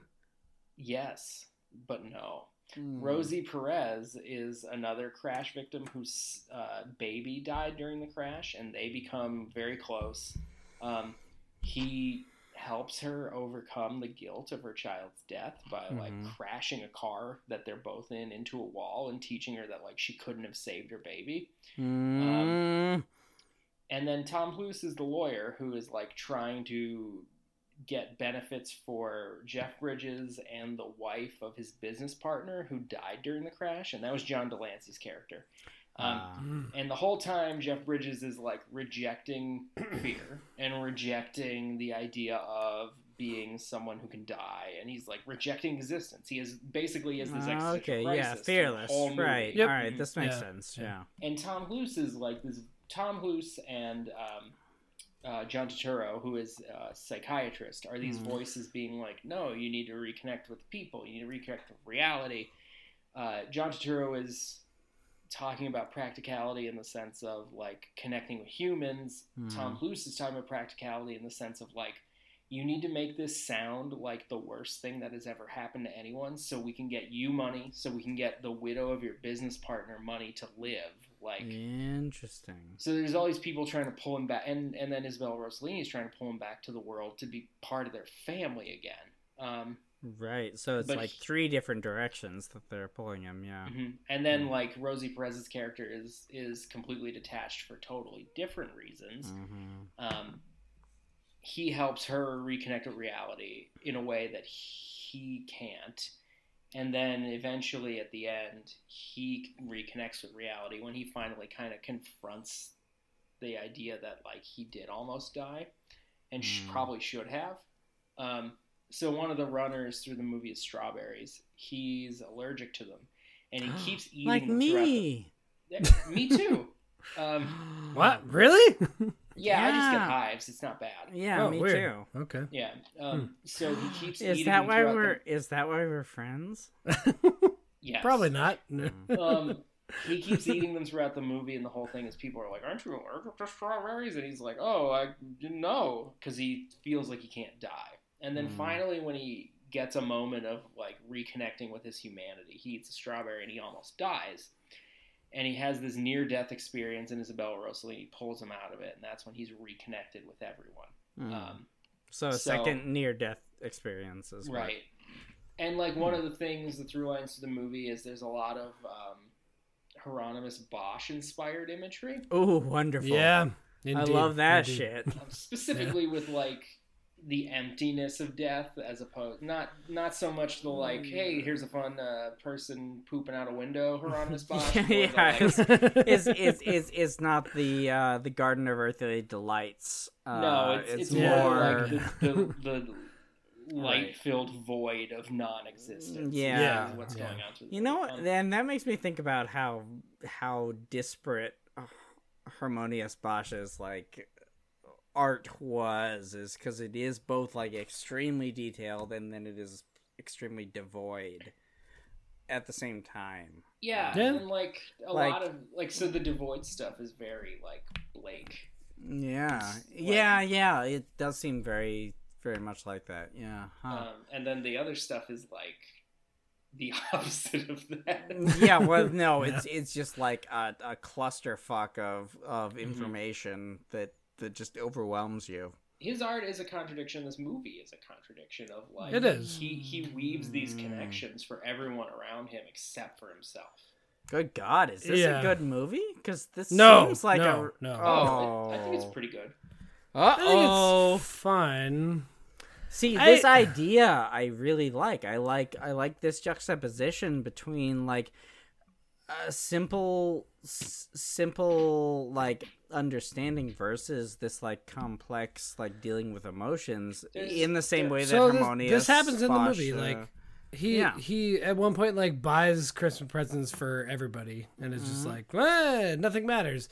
Speaker 4: Yes, but no.
Speaker 2: Hmm.
Speaker 4: Rosie Perez is another crash victim whose uh, baby died during the crash, and they become very close. Um, he helps her overcome the guilt of her child's death by like
Speaker 2: Mhm.
Speaker 4: crashing a car that they're both in into a wall and teaching her that like she couldn't have saved her baby. Um,
Speaker 2: Mm.
Speaker 4: And then Tom Luce is the lawyer who is like trying to get benefits for Jeff Bridges and the wife of his business partner who died during the crash, and that was John Delancey's character. Um,
Speaker 2: Ah.
Speaker 5: Mm.
Speaker 4: and the whole time, Jeff Bridges is like rejecting fear and rejecting the idea of being someone who can die, and he's like rejecting existence. He is basically is this existential
Speaker 2: Ah, okay,
Speaker 4: crisis
Speaker 2: yeah,
Speaker 4: through the
Speaker 2: fearless,
Speaker 4: whole movie.
Speaker 2: right?
Speaker 5: Yep.
Speaker 2: All right, this makes
Speaker 5: Yeah.
Speaker 2: sense.
Speaker 5: Yeah.
Speaker 2: Yeah.
Speaker 4: And Tom Luce is like this. Tom Luce and um, uh, John Turturro, who is a psychiatrist, are these
Speaker 2: Mhm.
Speaker 4: voices being like, "No, you need to reconnect with people. You need to reconnect with reality." Uh, John Turturro is talking about practicality in the sense of like connecting with humans. Tom Luce is talking about practicality in the sense of like. You need to make this sound like the worst thing that has ever happened to anyone so we can get you money, so we can get the widow of your business partner money to live. Like,
Speaker 2: Mm. Interesting.
Speaker 4: so there's all these people trying to pull him back, and and then Isabel Rossellini is trying to pull him back to the world to be part of their family again. Um,
Speaker 2: Right. So it's
Speaker 4: But
Speaker 2: like
Speaker 4: he-
Speaker 2: three different directions that they're pulling him. Yeah.
Speaker 4: mhm. And then like Rosie Perez's character is is completely detached for totally different reasons.
Speaker 2: Mhm.
Speaker 4: Um, he helps her reconnect with reality in a way that he can't. And then eventually at the end, he reconnects with reality when he finally kind of confronts the idea that like he did almost die, and sh- probably should have. Um, so one of the runners through the movie is strawberries. He's allergic to them, and he keeps eating
Speaker 2: like
Speaker 4: them throughout the-
Speaker 2: me.
Speaker 4: Yeah, me too. Um,
Speaker 5: What? Really?
Speaker 4: yeah, I just get
Speaker 2: Yeah.
Speaker 4: hives. It's not bad.
Speaker 2: Yeah,
Speaker 5: oh,
Speaker 2: me
Speaker 5: weird.
Speaker 2: too.
Speaker 5: Okay.
Speaker 4: Yeah. Um, so he keeps.
Speaker 2: Is
Speaker 4: eating
Speaker 2: that
Speaker 4: them
Speaker 2: why
Speaker 4: throughout the-
Speaker 2: we're is that why we're friends? Hmm.
Speaker 4: Yes.
Speaker 5: Probably not.
Speaker 2: Mm-hmm.
Speaker 5: No.
Speaker 4: um, he keeps eating them throughout the movie, and the whole thing is people are like, "Aren't you allergic to strawberries?" And he's like, "Oh, I didn't know," because he feels like he can't die. And then
Speaker 2: Mm.
Speaker 4: finally, when he gets a moment of like reconnecting with his humanity, he eats a strawberry and he almost dies. And he has this near-death experience, and Isabella Rossellini pulls him out of it, and that's when he's reconnected with everyone. Um,
Speaker 2: Hmm. so,
Speaker 4: so-
Speaker 2: second near death experience is what-
Speaker 4: right and like one of the things the through lines to the movie is there's a lot of um, hieronymus bosch inspired imagery
Speaker 2: Oh, wonderful.
Speaker 5: Yeah.
Speaker 2: I
Speaker 5: indeed,
Speaker 2: love that
Speaker 5: indeed.
Speaker 2: shit.
Speaker 4: um, specifically with like the emptiness of death as opposed not not so much the like hey here's a fun uh, person pooping out a window hieronymus bosch
Speaker 2: yeah,
Speaker 4: more the, like,
Speaker 2: it's, it's, it's, it's, it's not the uh, the Garden of Earthly Delights. Uh,
Speaker 4: no it's, it's,
Speaker 5: more
Speaker 4: more
Speaker 5: like
Speaker 4: like the, the, the
Speaker 2: Right.
Speaker 4: light filled void of non-existence
Speaker 2: Mm, Yeah.
Speaker 4: is
Speaker 5: Yeah.
Speaker 4: what's
Speaker 5: Yeah.
Speaker 4: going on through the
Speaker 2: You know,
Speaker 4: movie. Um,
Speaker 2: and that makes me think about how how disparate uh, harmonious Bosch's like art was, is because it is both like extremely detailed and then it is extremely devoid at the same time.
Speaker 4: Yeah,
Speaker 5: Yeah.
Speaker 4: and like a
Speaker 2: Like-
Speaker 4: lot of like so the devoid stuff is very like Blake.
Speaker 2: Yeah,
Speaker 4: It's like-
Speaker 2: yeah, yeah. It does seem very, very much like that. Yeah, huh.
Speaker 4: Um, and then the other stuff is like the opposite of that.
Speaker 2: Mm, yeah. Well, no,
Speaker 5: Yeah.
Speaker 2: it's it's just like a, a clusterfuck of
Speaker 5: Mm-hmm.
Speaker 2: of information that that just overwhelms you.
Speaker 4: His art is a contradiction. This movie is a contradiction of like
Speaker 5: It is.
Speaker 4: He he weaves these
Speaker 2: Mm.
Speaker 4: connections for everyone around him except for himself.
Speaker 2: Good God, is this
Speaker 5: Yeah.
Speaker 2: a good movie? Because this
Speaker 5: No,
Speaker 2: seems like
Speaker 5: no,
Speaker 2: a
Speaker 5: no.
Speaker 2: Oh,
Speaker 4: I think it's pretty good.
Speaker 2: Uh
Speaker 5: I think
Speaker 2: oh.
Speaker 5: it's fun.
Speaker 2: See,
Speaker 5: I-
Speaker 2: this idea I really like. I like I like this juxtaposition between like a simple s- simple like understanding versus this like complex like dealing with emotions
Speaker 4: There's-
Speaker 2: in the same way that
Speaker 5: So this-
Speaker 2: harmonious
Speaker 5: this happens in the
Speaker 2: Bosch,
Speaker 5: movie,
Speaker 2: uh,
Speaker 5: like, He
Speaker 2: Yeah.
Speaker 5: he at one point like buys Christmas presents for everybody, and it's just like "Ah, nothing matters.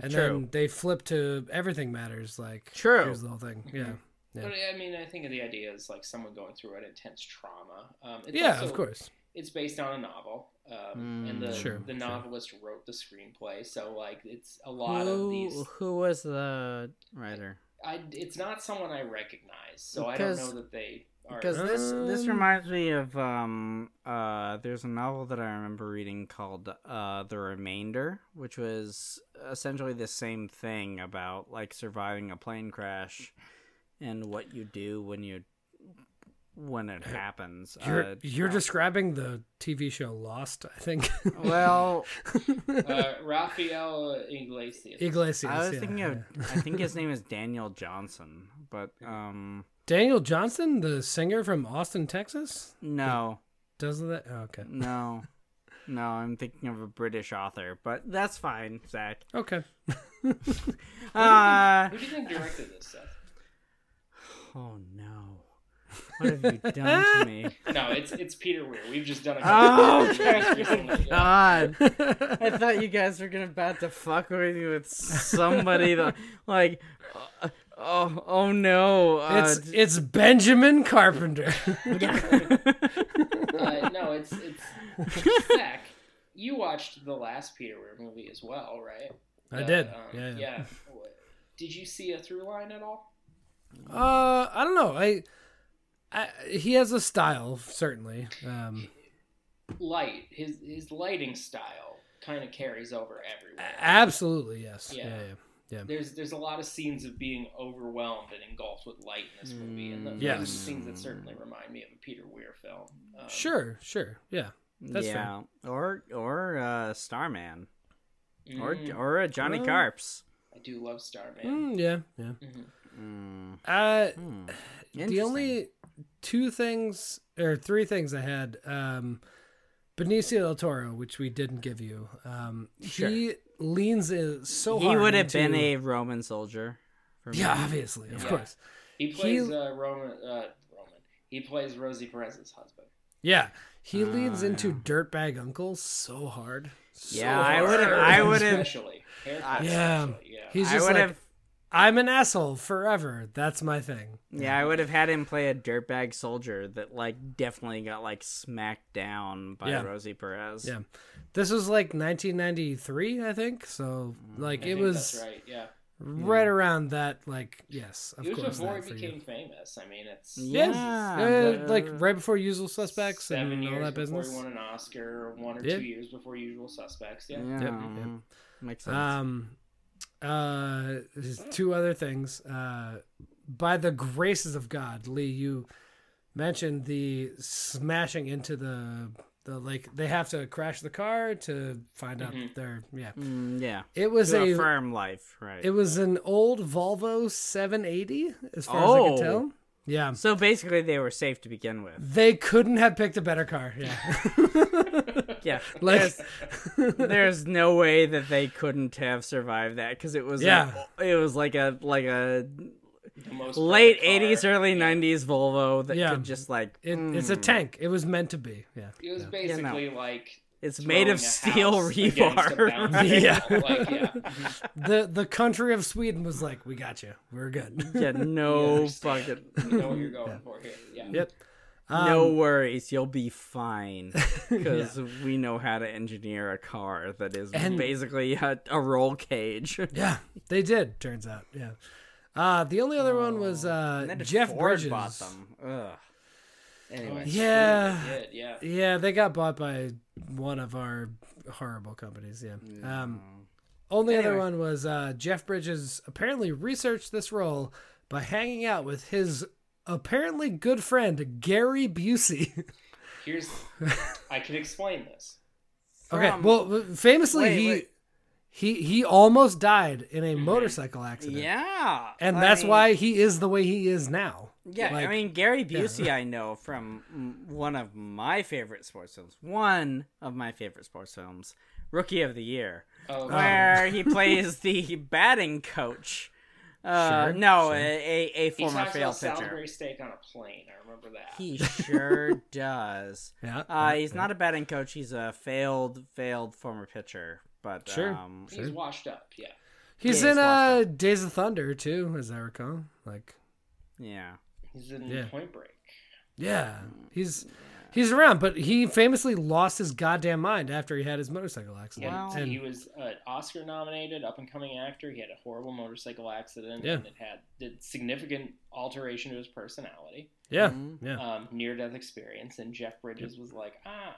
Speaker 5: And
Speaker 2: Mm-hmm. True.
Speaker 5: then they flip to everything matters. Like
Speaker 2: True. Mm-hmm.
Speaker 5: Here's the whole thing. Yeah. Yeah.
Speaker 4: But I mean, I think the idea is like someone going through an intense trauma. Um, it's
Speaker 5: Yeah.
Speaker 4: also-
Speaker 5: of course.
Speaker 4: it's based on a novel, um,
Speaker 2: Mm.
Speaker 4: and the
Speaker 5: Sure,
Speaker 4: the
Speaker 5: sure.
Speaker 4: novelist wrote the screenplay. So like, it's a lot of
Speaker 2: Who-
Speaker 4: these.
Speaker 2: who was the writer?
Speaker 4: I it's not someone I recognize, so I don't
Speaker 2: Because-
Speaker 4: know that they are.
Speaker 2: Because this this
Speaker 5: Um,
Speaker 2: reminds me of um uh there's a novel that I remember reading called uh The Remainder, which was essentially the same thing about like surviving a plane crash and what you do when you when it happens.
Speaker 5: You're
Speaker 2: uh,
Speaker 5: you're
Speaker 2: uh,
Speaker 5: describing the TV show Lost, I think.
Speaker 2: Oh, well.
Speaker 4: uh, Raphael Iglesias.
Speaker 5: Iglesias.
Speaker 2: I was
Speaker 5: yeah,
Speaker 2: thinking of
Speaker 5: yeah.
Speaker 2: I think his name is Daniel Johnson, but um
Speaker 5: Daniel Johnson, the singer from Austin, Texas.
Speaker 2: no
Speaker 5: Does that? Oh, okay.
Speaker 2: Mm. no. No, I'm thinking of a British author, but that's fine, Zach.
Speaker 5: Okay.
Speaker 2: Uh,
Speaker 4: Who do you think directed this stuff?
Speaker 2: Oh no. What have you done to me?
Speaker 4: No, it's it's Peter Weir. We've just done a
Speaker 2: Oh,
Speaker 4: couple of movies recently, yeah.
Speaker 2: God. I thought you guys were gonna about to fuck with me with somebody that like uh, oh oh no. Uh,
Speaker 5: it's it's Benjamin Carpenter.
Speaker 4: Uh, no, it's it's Zach. You watched the last Peter Weir movie as well, right?
Speaker 5: I
Speaker 4: Uh,
Speaker 5: did.
Speaker 4: um,
Speaker 5: yeah. yeah.
Speaker 4: Did you see a through line at all?
Speaker 5: Uh, I don't know. I, I he has a style certainly. Um,
Speaker 4: Light his his lighting style kind of carries over everywhere.
Speaker 5: absolutely yes. Yeah.
Speaker 4: Yeah.
Speaker 5: yeah, yeah.
Speaker 4: there's there's a lot of scenes of being overwhelmed and engulfed with light in this movie, and those
Speaker 5: Yes.
Speaker 4: those are scenes that certainly remind me of a Peter Weir film. Um,
Speaker 5: Sure, sure. Yeah. That's
Speaker 2: yeah. Or or uh Starman. Or
Speaker 4: mm,
Speaker 2: or a Johnny
Speaker 5: Well-
Speaker 2: Carps.
Speaker 4: I do love Starman. Mm-hmm.
Speaker 5: Mm, yeah, yeah.
Speaker 2: Mm,
Speaker 5: Uh,
Speaker 2: hmm.
Speaker 5: the only two things or three things I had. Um, Benicio del Toro, which we didn't give you. Um,
Speaker 2: Sure.
Speaker 5: He leans in so
Speaker 2: he
Speaker 5: hard
Speaker 2: would have been
Speaker 5: into-
Speaker 2: a Roman soldier. For me.
Speaker 5: yeah, obviously, of
Speaker 4: Yeah.
Speaker 5: course,
Speaker 4: He plays
Speaker 5: He-
Speaker 4: uh, Roman. Uh, Roman. He plays Rosie Perez's husband.
Speaker 5: yeah. He leans
Speaker 2: Ah,
Speaker 5: into
Speaker 2: yeah.
Speaker 5: dirtbag uncle so hard. So
Speaker 2: Yeah, I
Speaker 5: hard.
Speaker 2: would've- I
Speaker 4: Haircut
Speaker 2: would've-
Speaker 4: Especially. Haircut
Speaker 5: Yeah.
Speaker 4: especially, Yeah.
Speaker 5: He's
Speaker 2: I
Speaker 5: just
Speaker 2: would
Speaker 5: like,
Speaker 2: have.
Speaker 5: I'm an asshole forever. That's my thing.
Speaker 2: Yeah, I would have had him play a dirtbag soldier that like definitely got like smacked down by
Speaker 5: Yeah.
Speaker 2: Rosie Perez.
Speaker 5: Yeah. This was like 1993, I think. So
Speaker 2: Mm,
Speaker 5: like
Speaker 4: I
Speaker 5: it
Speaker 4: think
Speaker 5: was
Speaker 4: That's
Speaker 5: right.
Speaker 4: right. Yeah.
Speaker 5: around that. Like yes, of
Speaker 4: It was
Speaker 5: course.
Speaker 4: before
Speaker 5: that
Speaker 4: he
Speaker 5: for you.
Speaker 4: became famous. I mean, it's
Speaker 5: Yes,
Speaker 2: Yeah,
Speaker 5: uh, like
Speaker 2: but-
Speaker 5: right before Usual Suspects
Speaker 4: seven
Speaker 5: and
Speaker 4: years
Speaker 5: all that
Speaker 4: before
Speaker 5: business.
Speaker 4: he won an Oscar, or one or
Speaker 5: Yeah.
Speaker 4: two years before Usual Suspects. Yeah.
Speaker 2: Yeah.
Speaker 5: Yep,
Speaker 2: um, Makes sense.
Speaker 5: Um, uh, there's two other things. Uh, by the graces of God, Lee, you mentioned the smashing into the the like they have to crash the car to find out
Speaker 4: Mhm.
Speaker 5: they're yeah.
Speaker 2: Mm, yeah.
Speaker 5: It was
Speaker 2: To
Speaker 5: a
Speaker 2: affirm life, right?
Speaker 5: it was an old Volvo 780 as far as I
Speaker 2: Oh.
Speaker 5: could tell. Yeah.
Speaker 2: so basically, they were safe to begin with.
Speaker 5: They couldn't have picked a better car. Yeah.
Speaker 2: Yeah.
Speaker 5: like
Speaker 2: There's, there's no way that they couldn't have survived that because it was a-
Speaker 5: Yeah.
Speaker 2: it was like a like a
Speaker 4: The most
Speaker 2: late
Speaker 4: perfect car.
Speaker 2: '80s, early '90s Volvo that
Speaker 5: Yeah.
Speaker 2: could just like
Speaker 5: it, it's a
Speaker 2: mm,
Speaker 5: tank. It was meant to be. Yeah.
Speaker 4: It was
Speaker 5: Yeah.
Speaker 4: basically like
Speaker 2: It's
Speaker 4: throwing
Speaker 2: made
Speaker 4: a
Speaker 2: of steel
Speaker 4: house against a
Speaker 2: rebar.
Speaker 4: boundary
Speaker 2: right?
Speaker 5: Yeah.
Speaker 4: wall, like, yeah.
Speaker 5: the the country of Sweden was like, "We got you. We're good."
Speaker 2: Yeah, no
Speaker 4: understand.
Speaker 2: fucking,
Speaker 4: You know what you're going for here. Yeah.
Speaker 5: Yep. Um,
Speaker 2: no worries. You'll be fine because we know how to engineer a car that is
Speaker 5: And-
Speaker 2: basically a, a roll cage.
Speaker 5: Yeah, they did. Turns out, yeah. Uh, the only other one was uh,
Speaker 2: Oh, And then
Speaker 5: Jeff
Speaker 2: Ford
Speaker 5: Bridges.
Speaker 2: bought them. Ugh. Anyway,
Speaker 5: Yeah.
Speaker 4: Sure did, yeah.
Speaker 5: Yeah, they got bought by one of our horrible companies. Yeah. Um, only other
Speaker 2: Anyway.
Speaker 5: one was uh, Jeff Bridges. Apparently, researched this role by hanging out with his apparently good friend Gary Busey.
Speaker 4: Here's I can explain this.
Speaker 5: okay.
Speaker 2: From-
Speaker 5: well, famously,
Speaker 2: wait,
Speaker 5: he
Speaker 2: wait. Mm-hmm.
Speaker 5: he he almost died in a motorcycle accident.
Speaker 2: yeah,
Speaker 5: and
Speaker 2: I
Speaker 5: that's
Speaker 2: mean-
Speaker 5: why he is the way he is now.
Speaker 2: Yeah,
Speaker 5: like-
Speaker 2: I mean Gary Busey, I know from mm, one of my favorite sports films, one of my favorite sports films, Rookie of the Year,
Speaker 4: Oh,
Speaker 2: where he plays the batting coach. Uh,
Speaker 5: Sure,
Speaker 2: no,
Speaker 5: sure.
Speaker 2: a, a, a
Speaker 4: he
Speaker 2: former
Speaker 4: talks
Speaker 2: failed
Speaker 4: about
Speaker 2: pitcher.
Speaker 4: Salisbury steak on a plane. I remember that.
Speaker 2: He sure does.
Speaker 5: Yeah,
Speaker 2: Uh, he's not a batting coach. He's a failed, failed former pitcher. But
Speaker 5: Sure.
Speaker 2: um,
Speaker 4: He's washed up. Yeah.
Speaker 5: He's
Speaker 2: yeah, he's
Speaker 5: in
Speaker 2: locked
Speaker 5: uh, Days of Thunder too, as I recall. Like,
Speaker 2: yeah,
Speaker 4: He's in
Speaker 5: Yeah.
Speaker 4: Point Break.
Speaker 5: yeah, he's he's around, but he famously lost his goddamn mind after he had his motorcycle accident.
Speaker 2: Wow.
Speaker 4: And he
Speaker 5: And
Speaker 4: was an Oscar nominated up and coming actor. He had a horrible motorcycle accident
Speaker 5: Yeah.
Speaker 4: and it had did significant alteration to his personality.
Speaker 5: yeah,
Speaker 2: Mhm.
Speaker 5: yeah,
Speaker 4: Um, near death experience and Jeff Bridges was like, "Ah,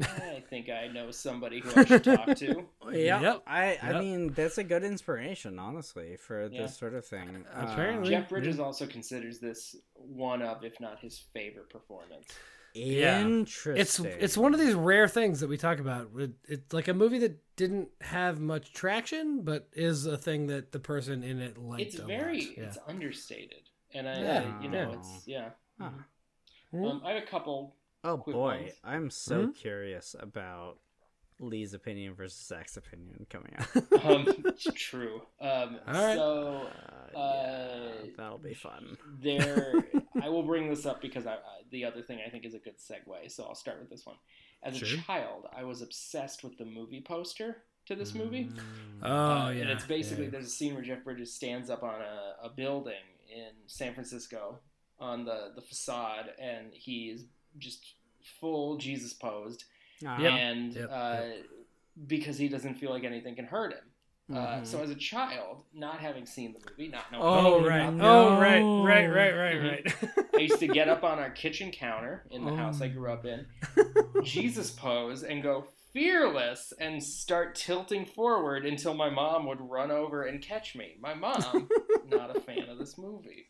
Speaker 4: I think I know somebody who I should talk to."
Speaker 2: yeah.
Speaker 5: Yep.
Speaker 2: I, I
Speaker 5: Yep.
Speaker 2: mean, that's a good inspiration, honestly, for
Speaker 4: Yeah.
Speaker 2: this sort of thing. Uh,
Speaker 5: Apparently.
Speaker 4: Jeff Bridges also considers this one of, if not his favorite performance.
Speaker 5: Yeah.
Speaker 2: Interesting.
Speaker 5: it's it's one of these rare things that we talk about. It- It's like a movie that didn't have much traction, but is a thing that the person in it liked.
Speaker 4: it's
Speaker 5: a lot.
Speaker 4: very,
Speaker 5: yeah.
Speaker 4: it's understated, and I,
Speaker 5: Yeah,
Speaker 4: you know,
Speaker 2: yeah.
Speaker 4: it's yeah.
Speaker 2: Huh.
Speaker 5: Mhm.
Speaker 4: Um, I have a couple.
Speaker 2: Oh
Speaker 4: quick
Speaker 2: boy,
Speaker 4: ones.
Speaker 2: I'm so
Speaker 5: Mhm.
Speaker 2: curious about Lee's opinion versus Zach's opinion coming up.
Speaker 4: Um, it's true. Um,
Speaker 5: All right.
Speaker 4: So
Speaker 2: Uh,
Speaker 4: Uh,
Speaker 2: yeah, that'll be fun.
Speaker 4: there, I will bring this up because I, I- the other thing I think is a good segue. So I'll start with this one. As
Speaker 5: Sure.
Speaker 4: a child, I was obsessed with the movie poster to this movie.
Speaker 2: Mm.
Speaker 5: Oh
Speaker 4: Uh,
Speaker 5: yeah,
Speaker 4: And it's basically
Speaker 5: yeah.
Speaker 4: there's a scene where Jeff Bridges stands up on a, a building in San Francisco on the, the facade, and he is just full Jesus posed,
Speaker 2: Uh-huh.
Speaker 4: and
Speaker 5: Yep,
Speaker 4: uh, because he doesn't feel like anything can hurt him. Uh,
Speaker 2: Mhm.
Speaker 5: Mm-hmm.
Speaker 4: so as a child, not having seen the movie, not knowing,
Speaker 2: Oh,
Speaker 5: Oh
Speaker 4: anything
Speaker 5: right,
Speaker 4: about it,
Speaker 5: oh Mm-hmm. right, right, right, right,
Speaker 4: Mhm.
Speaker 5: right.
Speaker 4: I used to get up on our kitchen counter in the
Speaker 2: Oh.
Speaker 4: house I grew up in, Jesus pose, and go fearless and start tilting forward until my mom would run over and catch me. My mom, not a fan of this movie.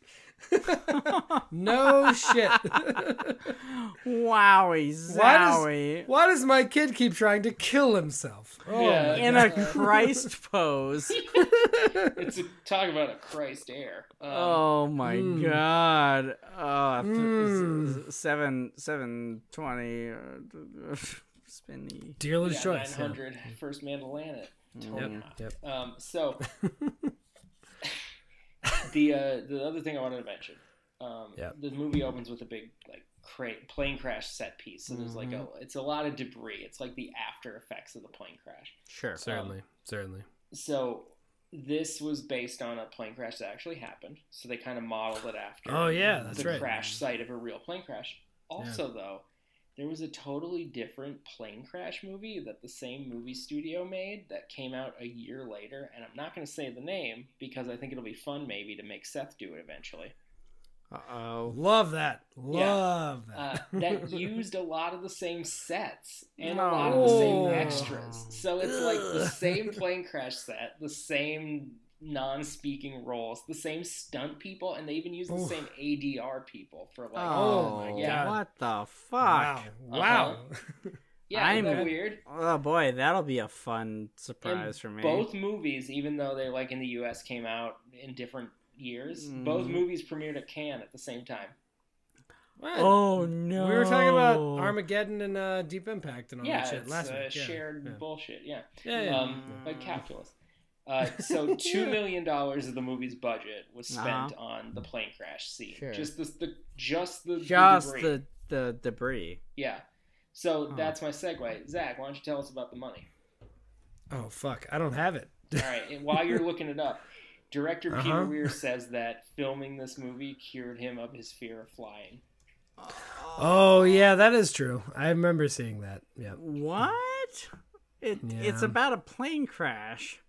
Speaker 5: No shit.
Speaker 2: Wowie,
Speaker 5: Why
Speaker 2: zowie.
Speaker 5: does, why does my kid keep trying to kill himself? Oh,
Speaker 4: Yeah.
Speaker 5: my-
Speaker 2: In a Christ pose.
Speaker 4: It's a, talk about a Christ air. Um,
Speaker 2: Oh my
Speaker 5: Mm.
Speaker 2: god. Oh, th-
Speaker 5: Mm.
Speaker 2: s- seven, seven twenty. uh, Spinny.
Speaker 5: dealer's
Speaker 4: yeah,
Speaker 5: choice. Oh, yeah.
Speaker 4: 900, first man to land it.
Speaker 2: Mm-hmm.
Speaker 4: Totally
Speaker 5: Yep.
Speaker 4: not.
Speaker 5: Yep.
Speaker 4: Um, so the uh, the other thing I wanted to mention, um,
Speaker 5: Yep.
Speaker 4: the movie opens with a big like cra- plane crash set piece. So there's like a it's a lot of debris. It's like the after effects of the plane crash.
Speaker 2: Sure.
Speaker 5: Certainly. Certainly.
Speaker 4: So this was based on a plane crash that actually happened. So they kind of modeled it after.
Speaker 5: Oh, yeah, that's
Speaker 4: the
Speaker 5: right.
Speaker 4: crash site of a real plane crash. Also though. There was a totally different plane crash movie that the same movie studio made that came out a year later, and I'm not going to say the name because I think it'll be fun maybe to make Seth do it eventually.
Speaker 2: Uh oh.
Speaker 5: Love that. Love
Speaker 4: uh,
Speaker 5: that.
Speaker 4: that used a lot of the same sets and a lot of the
Speaker 5: No.
Speaker 4: same extras. So it's like the same plane crash set, the same non-speaking roles, the same stunt people, and they even used the
Speaker 5: Oof.
Speaker 4: same ADR people for like.
Speaker 2: Oh,
Speaker 5: my
Speaker 4: God.
Speaker 2: What the fuck?
Speaker 5: Wow. Wow.
Speaker 4: Uh-huh. Yeah, isn't
Speaker 2: I'm-
Speaker 4: that weird?
Speaker 2: Oh boy, that'll be a fun surprise
Speaker 4: And
Speaker 2: for me.
Speaker 4: Both movies, even though they like in the U.S. came out in different years, both
Speaker 2: Mhm.
Speaker 4: movies premiered at Cannes at the same time.
Speaker 2: Oh no.
Speaker 5: We were talking about Armageddon and uh, Deep Impact and all
Speaker 4: yeah,
Speaker 5: that shit
Speaker 4: it's
Speaker 5: last
Speaker 4: uh,
Speaker 5: week. Yeah.
Speaker 4: shared
Speaker 5: yeah.
Speaker 4: bullshit. Yeah.
Speaker 5: Yeah, yeah.
Speaker 4: um, but
Speaker 2: Mm.
Speaker 4: calculus. Uh, so two million dollars of the movie's budget was spent on the plane crash scene.
Speaker 2: Uh-huh. Sure.
Speaker 4: Just the, the just the the
Speaker 2: just
Speaker 4: debris.
Speaker 2: the Uh-huh. the debris.
Speaker 4: yeah. So
Speaker 2: Huh.
Speaker 4: that's my segue. Zach, why don't you tell us about the money?
Speaker 5: oh fuck, I don't have it.
Speaker 4: All right, and while you're looking it up, director Peter
Speaker 5: Uh-huh.
Speaker 4: Weir says that filming this movie cured him of his fear of flying.
Speaker 5: Oh yeah, that is true. I remember seeing that. Yeah.
Speaker 2: What? It it's
Speaker 5: Yeah.
Speaker 2: about a plane crash.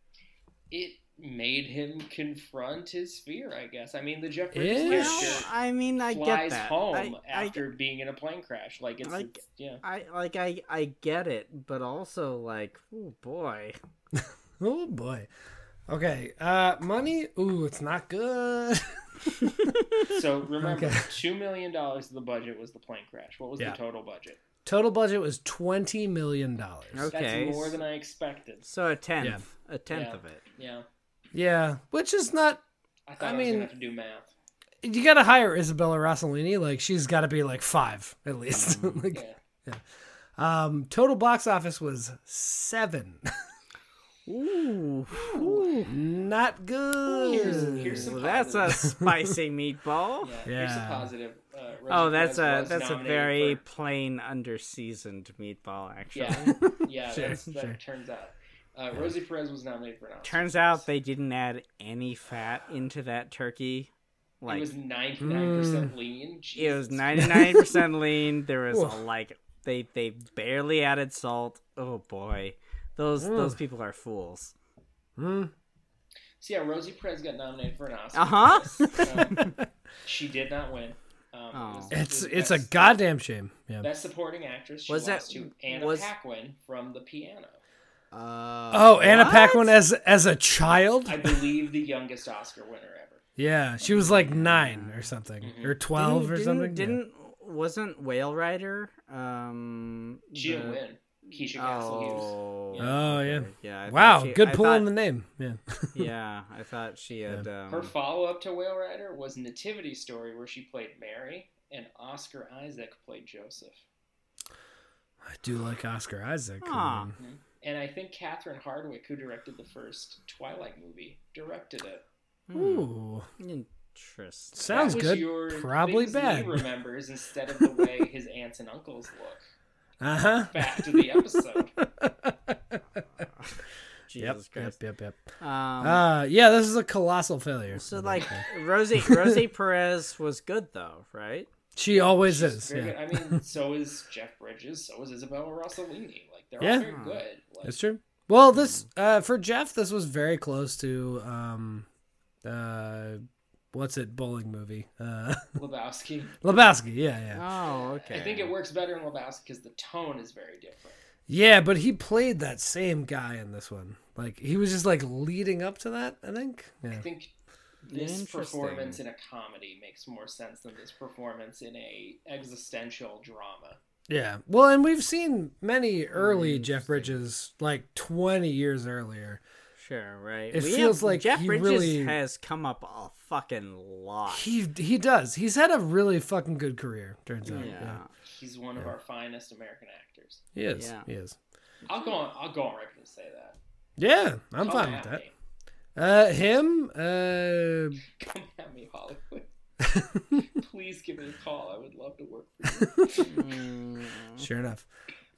Speaker 4: It made him confront his fear. I guess. I mean, the Jeff
Speaker 5: Ew.
Speaker 4: Bridges
Speaker 2: Well,
Speaker 4: character
Speaker 2: I mean, I get
Speaker 4: flies
Speaker 2: that.
Speaker 4: home
Speaker 2: I, I-
Speaker 4: after being in a plane crash. Like it's,
Speaker 2: I-
Speaker 4: it's yeah.
Speaker 2: I like I I get it, but also like, oh boy.
Speaker 5: Oh boy. Okay. Uh, money. Ooh, it's not good.
Speaker 4: So remember,
Speaker 5: Okay.
Speaker 4: two million dollars of the budget was the plane crash. What was
Speaker 5: Yeah.
Speaker 4: the total budget?
Speaker 5: Total budget was twenty million dollars.
Speaker 2: Okay.
Speaker 4: That's more than I expected.
Speaker 2: So a tenth, a tenth
Speaker 4: Yeah.
Speaker 2: of it.
Speaker 4: Yeah,
Speaker 5: Yeah, which is not.
Speaker 4: I thought
Speaker 5: I
Speaker 4: I, was
Speaker 5: mean-
Speaker 4: gonna have to do math.
Speaker 5: You gotta hire Isabella Rossellini. Like she's got to be like five at least. like,
Speaker 4: Yeah,
Speaker 5: um, total box office was seven.
Speaker 2: Ooh,
Speaker 5: not good.
Speaker 4: Here's- here's some
Speaker 2: that's a spicy meatball.
Speaker 4: yeah. Here's a
Speaker 5: Yeah.
Speaker 4: positive. Uh, Rosie
Speaker 2: Oh, that's
Speaker 4: Perez
Speaker 2: a
Speaker 4: was
Speaker 2: that's a
Speaker 4: nominated
Speaker 2: very
Speaker 4: for-
Speaker 2: plain, underseasoned meatball. Actually,
Speaker 4: yeah, yeah.
Speaker 5: Sure,
Speaker 4: that's, that
Speaker 5: sure.
Speaker 4: turns out. Uh, Rosie Perez was nominated for an Oscar.
Speaker 2: turns out they didn't add any fat into that turkey.
Speaker 4: it
Speaker 2: Like mm.
Speaker 4: was ninety nine percent lean.
Speaker 2: it was
Speaker 4: Jesus.
Speaker 2: ninety nine percent lean. There was
Speaker 5: Oof.
Speaker 2: like they they barely added salt. Oh boy, those those people are fools.
Speaker 5: Hmm.
Speaker 4: So yeah, Rosie Perez got nominated for an Oscar.
Speaker 2: Uh huh.
Speaker 4: Um, she did not win. Um, it
Speaker 2: Oh.
Speaker 4: was- it
Speaker 5: It's
Speaker 4: was
Speaker 5: it's a
Speaker 4: best-
Speaker 5: goddamn shame. Yeah.
Speaker 4: Best supporting actress. She
Speaker 2: Was that-
Speaker 4: lost to Anna
Speaker 2: was-
Speaker 4: Paquin from The Piano.
Speaker 5: Oh, Anna
Speaker 2: Uh, What?
Speaker 5: Paquin as as a child.
Speaker 4: I believe the youngest Oscar winner ever.
Speaker 5: Yeah, she was like nine or something, or 12 or
Speaker 2: didn't,
Speaker 5: something.
Speaker 2: Didn't wasn't Whale Rider? Um,
Speaker 4: She didn't
Speaker 2: the-
Speaker 4: win. Keisha Castle Hughes.
Speaker 2: Oh,
Speaker 5: Yeah. Oh,
Speaker 2: okay.
Speaker 5: yeah.
Speaker 2: yeah. I
Speaker 5: Yeah.
Speaker 2: thought
Speaker 5: Wow,
Speaker 2: she-
Speaker 5: good
Speaker 2: I
Speaker 5: pull on the
Speaker 2: thought-
Speaker 5: name. Yeah.
Speaker 2: yeah, I thought she had. Um,
Speaker 4: Her follow up to Whale Rider was Nativity Story, where she played Mary, and Oscar Isaac played Joseph.
Speaker 5: I do like Oscar Isaac.
Speaker 2: Aw.
Speaker 5: I mean,
Speaker 4: And I think Catherine Hardwick, who directed the first Twilight movie, directed it.
Speaker 5: Mm.
Speaker 2: hmm,
Speaker 5: Ooh,
Speaker 2: Interesting.
Speaker 5: sounds
Speaker 4: that was
Speaker 5: good.
Speaker 4: Your
Speaker 5: Probably
Speaker 4: things Lee
Speaker 5: bad.
Speaker 4: remembers instead of the way his aunts and uncles look.
Speaker 5: Uh huh.
Speaker 4: Back to the episode.
Speaker 5: Yep,
Speaker 2: Jesus
Speaker 5: yep,
Speaker 2: Christ.
Speaker 5: yep, yep.
Speaker 2: Um,
Speaker 5: Uh, yeah, this is a colossal failure.
Speaker 2: so like Rosie Rosie Perez was good though, right?
Speaker 5: she always
Speaker 4: She's
Speaker 5: is.
Speaker 4: very
Speaker 5: Yeah.
Speaker 4: good. I mean, so is Jeff Bridges, so is Isabella Rossellini. Like they're
Speaker 5: Yeah.
Speaker 4: all very good. Like,
Speaker 5: That's true. Well, this
Speaker 2: Mm.
Speaker 5: uh, for Jeff, this was very close to um, uh, what's it bowling movie? Uh,
Speaker 4: Lebowski.
Speaker 5: Lebowski. Yeah, yeah.
Speaker 2: Oh, okay.
Speaker 4: I think it works better in Lebowski because the tone is very different.
Speaker 5: Yeah, but he played that same guy in this one. Like he was just like leading up to that, I think.
Speaker 4: I
Speaker 5: Yeah.
Speaker 4: think this
Speaker 2: Interesting.
Speaker 4: performance in a comedy makes more sense than this performance in a existential drama.
Speaker 5: Yeah. Well, and we've seen many early Jeff Bridges like 20 years earlier.
Speaker 2: Sure, right.
Speaker 5: It feels like
Speaker 2: Jeff
Speaker 5: he
Speaker 2: Bridges
Speaker 5: really-
Speaker 2: has come up a fucking lot.
Speaker 5: He he does. He's had a really fucking good career, turns out. Yeah.
Speaker 2: yeah.
Speaker 4: He's one of our finest American actors.
Speaker 5: He is.
Speaker 2: Yeah.
Speaker 5: He is.
Speaker 4: I'll go on. I'll go on record and say that.
Speaker 5: Yeah, I'm
Speaker 4: Come
Speaker 5: fine
Speaker 4: at
Speaker 5: with that.
Speaker 4: me.
Speaker 5: Uh him, uh
Speaker 4: Come at me, Hollywood. Please give me a call. I would love to work for you.
Speaker 2: Mm.
Speaker 5: sure enough.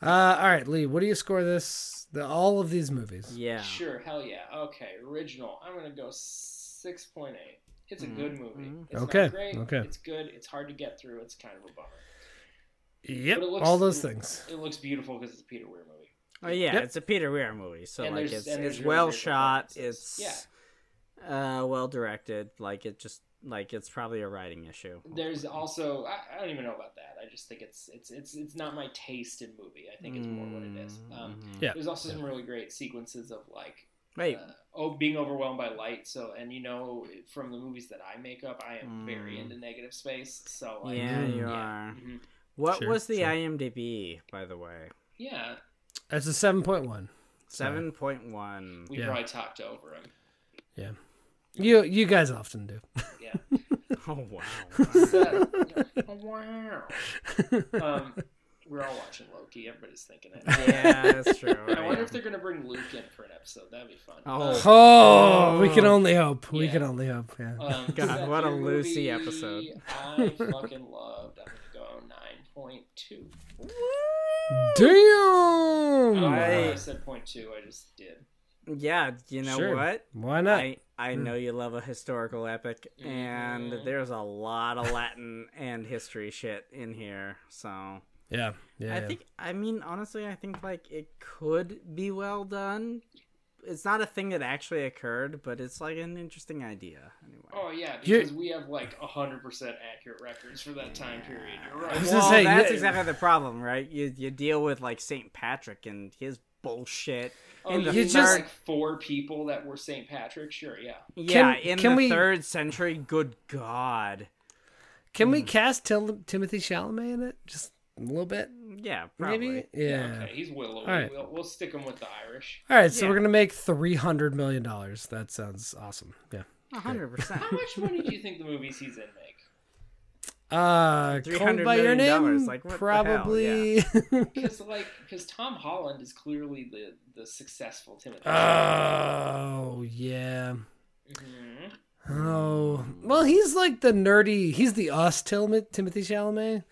Speaker 5: Uh all right, Lee, what do you score this the all of these movies?
Speaker 2: Yeah.
Speaker 4: Sure, hell yeah. Okay, original. I'm gonna go six point eight. It's
Speaker 2: Mm-hmm.
Speaker 4: a good movie. It's
Speaker 5: Okay,
Speaker 4: not great.
Speaker 5: okay.
Speaker 4: It's good. It's hard to get through. It's kind of a bummer.
Speaker 5: Yep.
Speaker 4: But it looks-
Speaker 5: all those things.
Speaker 4: It looks beautiful because it's a Peter Weir movie.
Speaker 2: Oh yeah,
Speaker 5: Yep.
Speaker 2: it's a Peter Weir movie, so
Speaker 4: And
Speaker 2: like
Speaker 4: there's-
Speaker 2: it's
Speaker 4: and there's
Speaker 2: it's
Speaker 4: really
Speaker 2: well
Speaker 4: great
Speaker 2: shot,
Speaker 4: performances.
Speaker 2: it's uh well directed, like it just like it's probably a writing issue.
Speaker 4: There's also I, I don't even know about that. I just think it's it's it's it's not my taste in movie. I think it's more what it is. Um,
Speaker 2: Mhm.
Speaker 5: Yeah.
Speaker 4: There's also some really great sequences of like
Speaker 2: Wait,
Speaker 4: uh, oh being overwhelmed by light. So and you know from the movies that I make up, I am very
Speaker 2: Mm.
Speaker 4: into negative space. So like,
Speaker 2: yeah, you
Speaker 5: yeah.
Speaker 2: are.
Speaker 4: mhm.
Speaker 2: What
Speaker 5: Sure,
Speaker 2: was the
Speaker 5: sure.
Speaker 2: IMDb, by the way?
Speaker 4: yeah.
Speaker 5: That's a 7.1.
Speaker 2: Seven point one.
Speaker 4: We
Speaker 5: Yeah.
Speaker 4: probably talked over him.
Speaker 5: You you guys often do.
Speaker 4: Yeah.
Speaker 2: Oh wow.
Speaker 4: So- oh, wow. Um, we're all watching Loki. Everybody's thinking it.
Speaker 2: yeah, that's true.
Speaker 4: I wonder
Speaker 2: right?
Speaker 4: if they're gonna bring Luke in for an episode. That'd be fun.
Speaker 2: Oh.
Speaker 4: Um,
Speaker 5: Oh, we can only hope. We
Speaker 4: Yeah.
Speaker 5: can only hope. Yeah.
Speaker 4: um,
Speaker 2: God,
Speaker 4: Seth,
Speaker 2: what a
Speaker 4: your
Speaker 2: Lucy
Speaker 4: movie
Speaker 2: episode.
Speaker 4: I fucking loved. I'm gonna go nine point two. I don't know
Speaker 5: Damn.
Speaker 4: why I
Speaker 2: Right.
Speaker 4: said point two. I just did.
Speaker 2: Yeah, you know
Speaker 5: Sure.
Speaker 2: what?
Speaker 5: Why not? Mm.
Speaker 2: I, I know you love a historical epic, and
Speaker 4: Mhm.
Speaker 2: there's a lot of Latin and history shit in here. So
Speaker 5: yeah. Yeah.
Speaker 2: I
Speaker 5: yeah.
Speaker 2: think, I mean, honestly, I think like it could be well done. It's not a thing that actually occurred, but it's like an interesting idea anyway.
Speaker 4: Oh yeah,
Speaker 5: You-
Speaker 4: because we have like hundred percent accurate records for that time period. You're right.
Speaker 5: I was
Speaker 2: well,
Speaker 5: gonna say,
Speaker 2: that's
Speaker 5: yeah.
Speaker 2: exactly the problem, right? You you deal with like Saint Patrick and his bullshit.
Speaker 4: Oh,
Speaker 2: in the
Speaker 4: you mean
Speaker 5: just-
Speaker 4: like four people that were St. Patrick. Sure, yeah.
Speaker 2: Yeah, in
Speaker 5: can
Speaker 2: the
Speaker 5: we-
Speaker 2: third century, good god.
Speaker 5: Can
Speaker 2: Hmm.
Speaker 5: we cast Til- Timothy Chalamet in it? Just a little bit,
Speaker 2: Yeah, probably.
Speaker 5: maybe. Yeah.
Speaker 4: Okay, he's Willowy.
Speaker 5: All right.
Speaker 4: We'll, we'll stick him with the Irish.
Speaker 5: All right. So
Speaker 2: Yeah.
Speaker 5: we're gonna make three hundred million dollars. That sounds awesome. Yeah.
Speaker 2: A hundred percent.
Speaker 4: How much money do you think the movies he's in make?
Speaker 5: Uh,
Speaker 2: $300
Speaker 5: called by your
Speaker 2: million
Speaker 5: name.
Speaker 2: like, what the hell,
Speaker 5: probably.
Speaker 4: Because like, because Tom Holland is clearly the the successful Timothy.
Speaker 5: Uh, oh yeah.
Speaker 4: Mhm.
Speaker 5: Oh well, he's like the nerdy. He's the us Tim- Timothy Chalamet.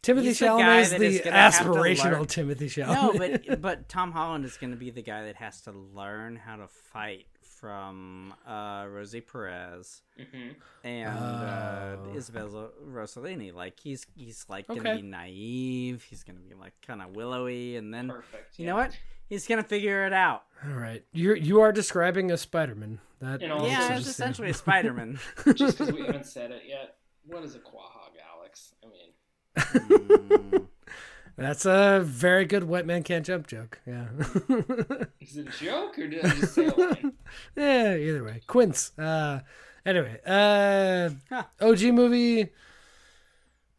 Speaker 5: Timothy
Speaker 2: He's the guy
Speaker 5: Chalamet is
Speaker 2: that is
Speaker 5: the
Speaker 2: gonna have to
Speaker 5: aspirational
Speaker 2: learn-
Speaker 5: Timothy
Speaker 2: No,
Speaker 5: Chalamet.
Speaker 2: but but Tom Holland is going to be the guy that has to learn how to fight from uh, Rosie Perez
Speaker 4: Mhm.
Speaker 2: and
Speaker 5: Oh.
Speaker 2: uh, Isabella Rossellini. Like he's he's like going to
Speaker 5: Okay.
Speaker 2: be naive. He's going to be like kind of willowy, and then
Speaker 4: Perfect.
Speaker 2: you
Speaker 4: yeah.
Speaker 2: know what? He's going to figure it out.
Speaker 5: All right, you you are describing a Spider-Man. That
Speaker 4: And also-
Speaker 5: is
Speaker 2: yeah,
Speaker 4: so
Speaker 2: it's
Speaker 5: just-
Speaker 2: essentially Spider Man.
Speaker 4: Just because we haven't said it yet, what is a quahog, Alex? I mean,
Speaker 5: That's a very good wet man can't jump joke. Yeah.
Speaker 4: is it a joke or did I just say a line?
Speaker 5: yeah, either way. Quince. Uh anyway, uh
Speaker 2: Huh.
Speaker 5: OG movie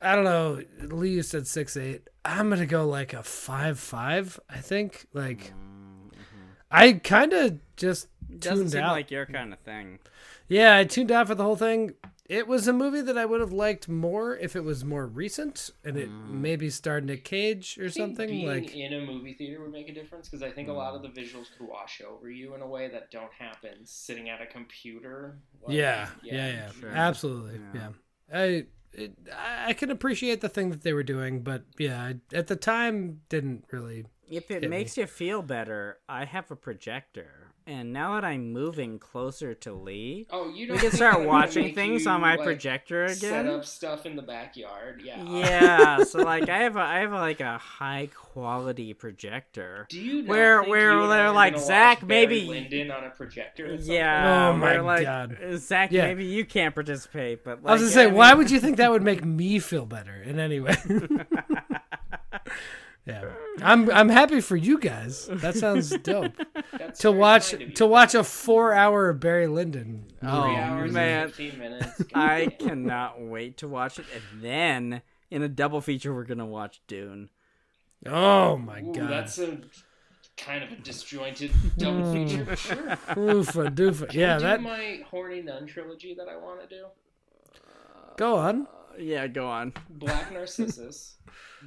Speaker 5: I don't know. Lee you said six eight. I'm gonna go like a five five, I think. Like I kinda just
Speaker 2: Mm-hmm. Doesn't
Speaker 5: tuned
Speaker 2: seem
Speaker 5: out.
Speaker 2: like your kind of thing.
Speaker 5: Yeah, I tuned out for the whole thing. It was a movie that I would have liked more if it was more recent and it
Speaker 2: Mm.
Speaker 5: maybe starred Nick Cage or
Speaker 4: think
Speaker 5: something.
Speaker 4: being
Speaker 5: like Mm.
Speaker 4: in a movie theater would make a difference because I think a lot of the visuals could wash over you in a way that don't happen sitting at a computer. Like,
Speaker 5: yeah, yeah, yeah,
Speaker 2: sure.
Speaker 5: absolutely, yeah.
Speaker 2: Yeah.
Speaker 5: I it, I I can appreciate the thing that they were doing, but yeah, I, at the time didn't really.
Speaker 2: If it
Speaker 5: me.
Speaker 2: makes you feel better, I have a projector. And now that I'm moving closer to Lee,
Speaker 4: Oh, you don't
Speaker 2: we can
Speaker 4: think that
Speaker 2: start
Speaker 4: would
Speaker 2: watching
Speaker 4: make
Speaker 2: things
Speaker 4: you,
Speaker 2: on my
Speaker 4: like,
Speaker 2: projector
Speaker 4: Set
Speaker 2: again.
Speaker 4: up stuff in the backyard. Yeah.
Speaker 2: Yeah, so like I have a I have a, like a high quality projector.
Speaker 4: Do you not
Speaker 2: Where-
Speaker 4: think
Speaker 2: where
Speaker 4: you and I
Speaker 2: they're
Speaker 4: are
Speaker 2: like,
Speaker 4: gonna
Speaker 2: "Zach,
Speaker 4: watch
Speaker 2: maybe-
Speaker 4: Barry Lyndon on a projector. at some
Speaker 2: Yeah.
Speaker 5: Oh my
Speaker 2: we're like,
Speaker 5: God.
Speaker 2: Zach,
Speaker 5: Yeah.
Speaker 2: maybe you can't participate, but like,
Speaker 5: I was gonna say, why would you think that would make me feel better in any way? Yeah. I'm I'm happy for you guys. That sounds dope.
Speaker 4: That's
Speaker 5: to
Speaker 4: very
Speaker 5: watch
Speaker 4: kind of you.
Speaker 5: to watch a four hour Barry Lyndon. movie.
Speaker 2: Oh,
Speaker 4: Three hours
Speaker 2: man.
Speaker 4: and 15 minutes.
Speaker 2: I cannot wait to watch it. And then in a double feature, we're gonna watch Dune.
Speaker 5: Oh my
Speaker 4: Ooh,
Speaker 5: god.
Speaker 4: that's a kind of a disjointed double
Speaker 2: Hmm.
Speaker 4: feature.
Speaker 2: Uh,
Speaker 4: Sure.
Speaker 5: Oofa doofa. Yeah,
Speaker 4: do
Speaker 5: that
Speaker 4: my horny nun trilogy that I want to do.
Speaker 5: go on.
Speaker 2: Yeah, go on.
Speaker 4: Black Narcissus,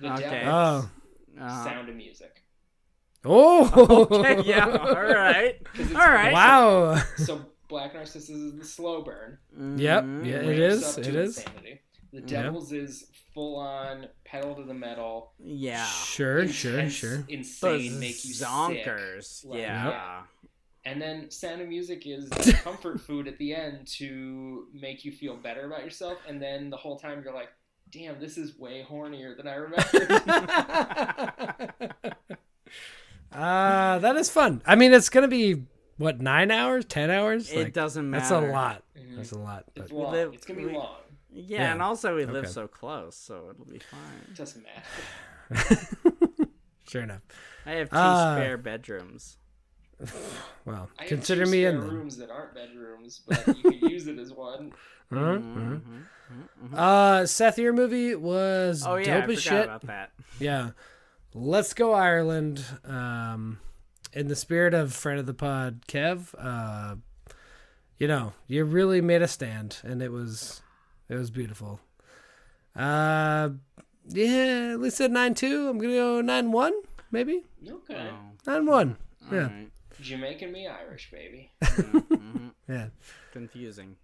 Speaker 4: The
Speaker 2: Okay.
Speaker 4: Devil,
Speaker 5: Oh.
Speaker 2: Uh,
Speaker 4: Sound of Music.
Speaker 5: Oh
Speaker 2: okay, yeah. All right. All right.
Speaker 5: Wow.
Speaker 4: So Black Narcissus is the slow burn.
Speaker 5: Yep.
Speaker 2: Mhm.
Speaker 5: Yeah, it
Speaker 4: ramps
Speaker 5: is.
Speaker 4: up to
Speaker 5: It is.
Speaker 4: insanity. The Devil's is full on pedal to the metal.
Speaker 2: Yeah.
Speaker 5: Sure, sure,
Speaker 4: intense,
Speaker 5: sure.
Speaker 4: Insane, make you
Speaker 2: zonkers.
Speaker 4: sick. Like,
Speaker 2: yeah.
Speaker 4: And then Sound of Music is comfort food at the end to make you feel better about yourself. And then the whole time you're like, damn, this is way hornier than I remember.
Speaker 5: Uh that is fun. I mean it's gonna be what, nine hours, ten hours?
Speaker 2: It
Speaker 5: Like,
Speaker 2: doesn't matter. Mm.
Speaker 5: That's a lot.
Speaker 4: Mhm.
Speaker 5: That's a lot.
Speaker 4: it's
Speaker 5: But,
Speaker 4: long.
Speaker 2: live-
Speaker 4: it's going to be
Speaker 2: we-
Speaker 4: long.
Speaker 2: Yeah,
Speaker 5: Yeah.
Speaker 2: and also we live
Speaker 5: Okay.
Speaker 2: so close, so it'll be fine.
Speaker 4: It doesn't matter.
Speaker 5: sure enough.
Speaker 2: I have two
Speaker 5: Ah.
Speaker 2: spare bedrooms.
Speaker 5: Well,
Speaker 4: I have
Speaker 5: consider
Speaker 4: two
Speaker 5: me
Speaker 4: spare
Speaker 5: in them.
Speaker 4: rooms that aren't bedrooms, but you could use it as one.
Speaker 5: Huh?
Speaker 2: Mhm.
Speaker 5: Uh, Seth, your movie was
Speaker 2: Oh yeah, I
Speaker 5: dope
Speaker 2: forgot
Speaker 5: as shit.
Speaker 2: about that.
Speaker 5: Yeah. Let's go Ireland. Um, in the spirit of friend of the pod, Kev. Uh, you know, you really made a stand, and it was, it was beautiful. Uh, yeah, at least at nine two. I'm gonna go nine one, maybe
Speaker 4: Okay.
Speaker 2: Oh,
Speaker 5: nine one.
Speaker 2: all
Speaker 5: Yeah,
Speaker 2: right.
Speaker 4: Jamaican me Irish, baby.
Speaker 2: Mhm.
Speaker 5: yeah,
Speaker 2: Confusing.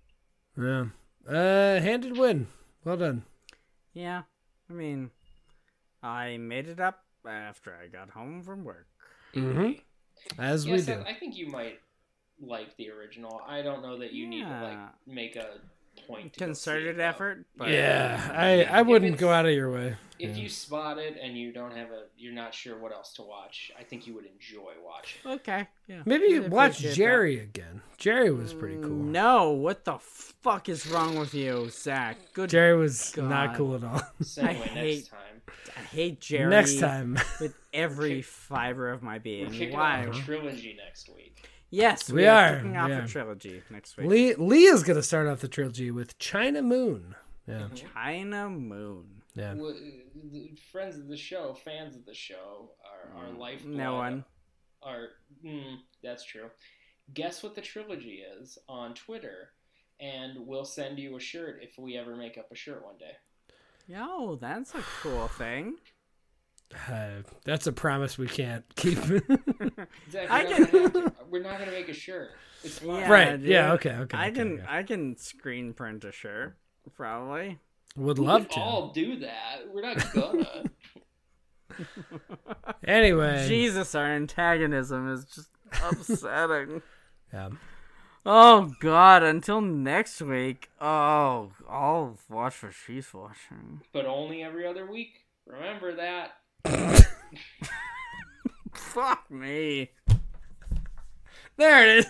Speaker 5: yeah. Uh, handed win. Well done.
Speaker 2: Yeah, I mean, I made it up after I got home from work.
Speaker 5: Mm-hmm. As
Speaker 4: Yeah,
Speaker 5: we
Speaker 4: Seth,
Speaker 5: do.
Speaker 4: I think you might like the original. I don't know that you need to
Speaker 2: Yeah.
Speaker 4: like make a point. To go see it,
Speaker 2: Concerted
Speaker 4: though.
Speaker 2: effort. But
Speaker 5: yeah, I I wouldn't go
Speaker 4: it's-
Speaker 5: out of your way.
Speaker 4: If
Speaker 5: Yeah.
Speaker 4: you spot it and you don't have a, you're not sure what else to watch. I think you would enjoy watching.
Speaker 2: Okay. Yeah.
Speaker 5: Maybe
Speaker 2: I
Speaker 5: you watch
Speaker 2: appreciate that.
Speaker 5: Jerry again. Jerry was pretty cool.
Speaker 4: Mm,
Speaker 2: Mm, No, what the fuck is wrong with you, Zach? Good.
Speaker 5: Jerry was
Speaker 2: God.
Speaker 5: not cool at all.
Speaker 4: So anyway,
Speaker 2: hate
Speaker 4: next time
Speaker 2: I hate Jerry.
Speaker 5: Next time,
Speaker 2: with every
Speaker 4: kick-
Speaker 2: fiber of my
Speaker 4: we're
Speaker 2: being.
Speaker 4: kicking
Speaker 2: Why?
Speaker 4: off a trilogy next week.
Speaker 2: Yes, we,
Speaker 5: We
Speaker 2: are
Speaker 5: are,
Speaker 2: kicking off
Speaker 5: we
Speaker 2: a
Speaker 5: are.
Speaker 2: trilogy next week.
Speaker 5: Lee Lee is gonna start off the trilogy with China Moon. Yeah,
Speaker 2: China Moon.
Speaker 5: yeah.
Speaker 4: W- the Friends of the show, fans of the show, are our lifeblood.
Speaker 2: Mm, No one.
Speaker 4: Are mm, that's true. Guess what the trilogy is on Twitter, and we'll send you a shirt if we ever make up a shirt one day.
Speaker 2: Yo, that's a cool thing.
Speaker 5: Uh, that's a promise we can't keep.
Speaker 4: Zach,
Speaker 2: I
Speaker 4: we're, not gonna have to- we're not gonna make a shirt. It's fine.
Speaker 2: Yeah,
Speaker 5: right?
Speaker 2: dude.
Speaker 5: Yeah. Okay. Okay.
Speaker 2: I
Speaker 5: okay,
Speaker 2: can
Speaker 5: okay.
Speaker 2: I can screen print a shirt, probably.
Speaker 5: Would
Speaker 4: We
Speaker 5: love
Speaker 4: could
Speaker 5: to.
Speaker 4: all do that. We're not gonna.
Speaker 5: Anyway.
Speaker 2: Jesus, our antagonism is just upsetting.
Speaker 5: Yeah.
Speaker 2: oh God! Until next week. Oh, I'll watch what she's watching.
Speaker 4: but only every other week. Remember that.
Speaker 2: Fuck me.
Speaker 5: There it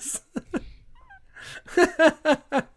Speaker 5: is.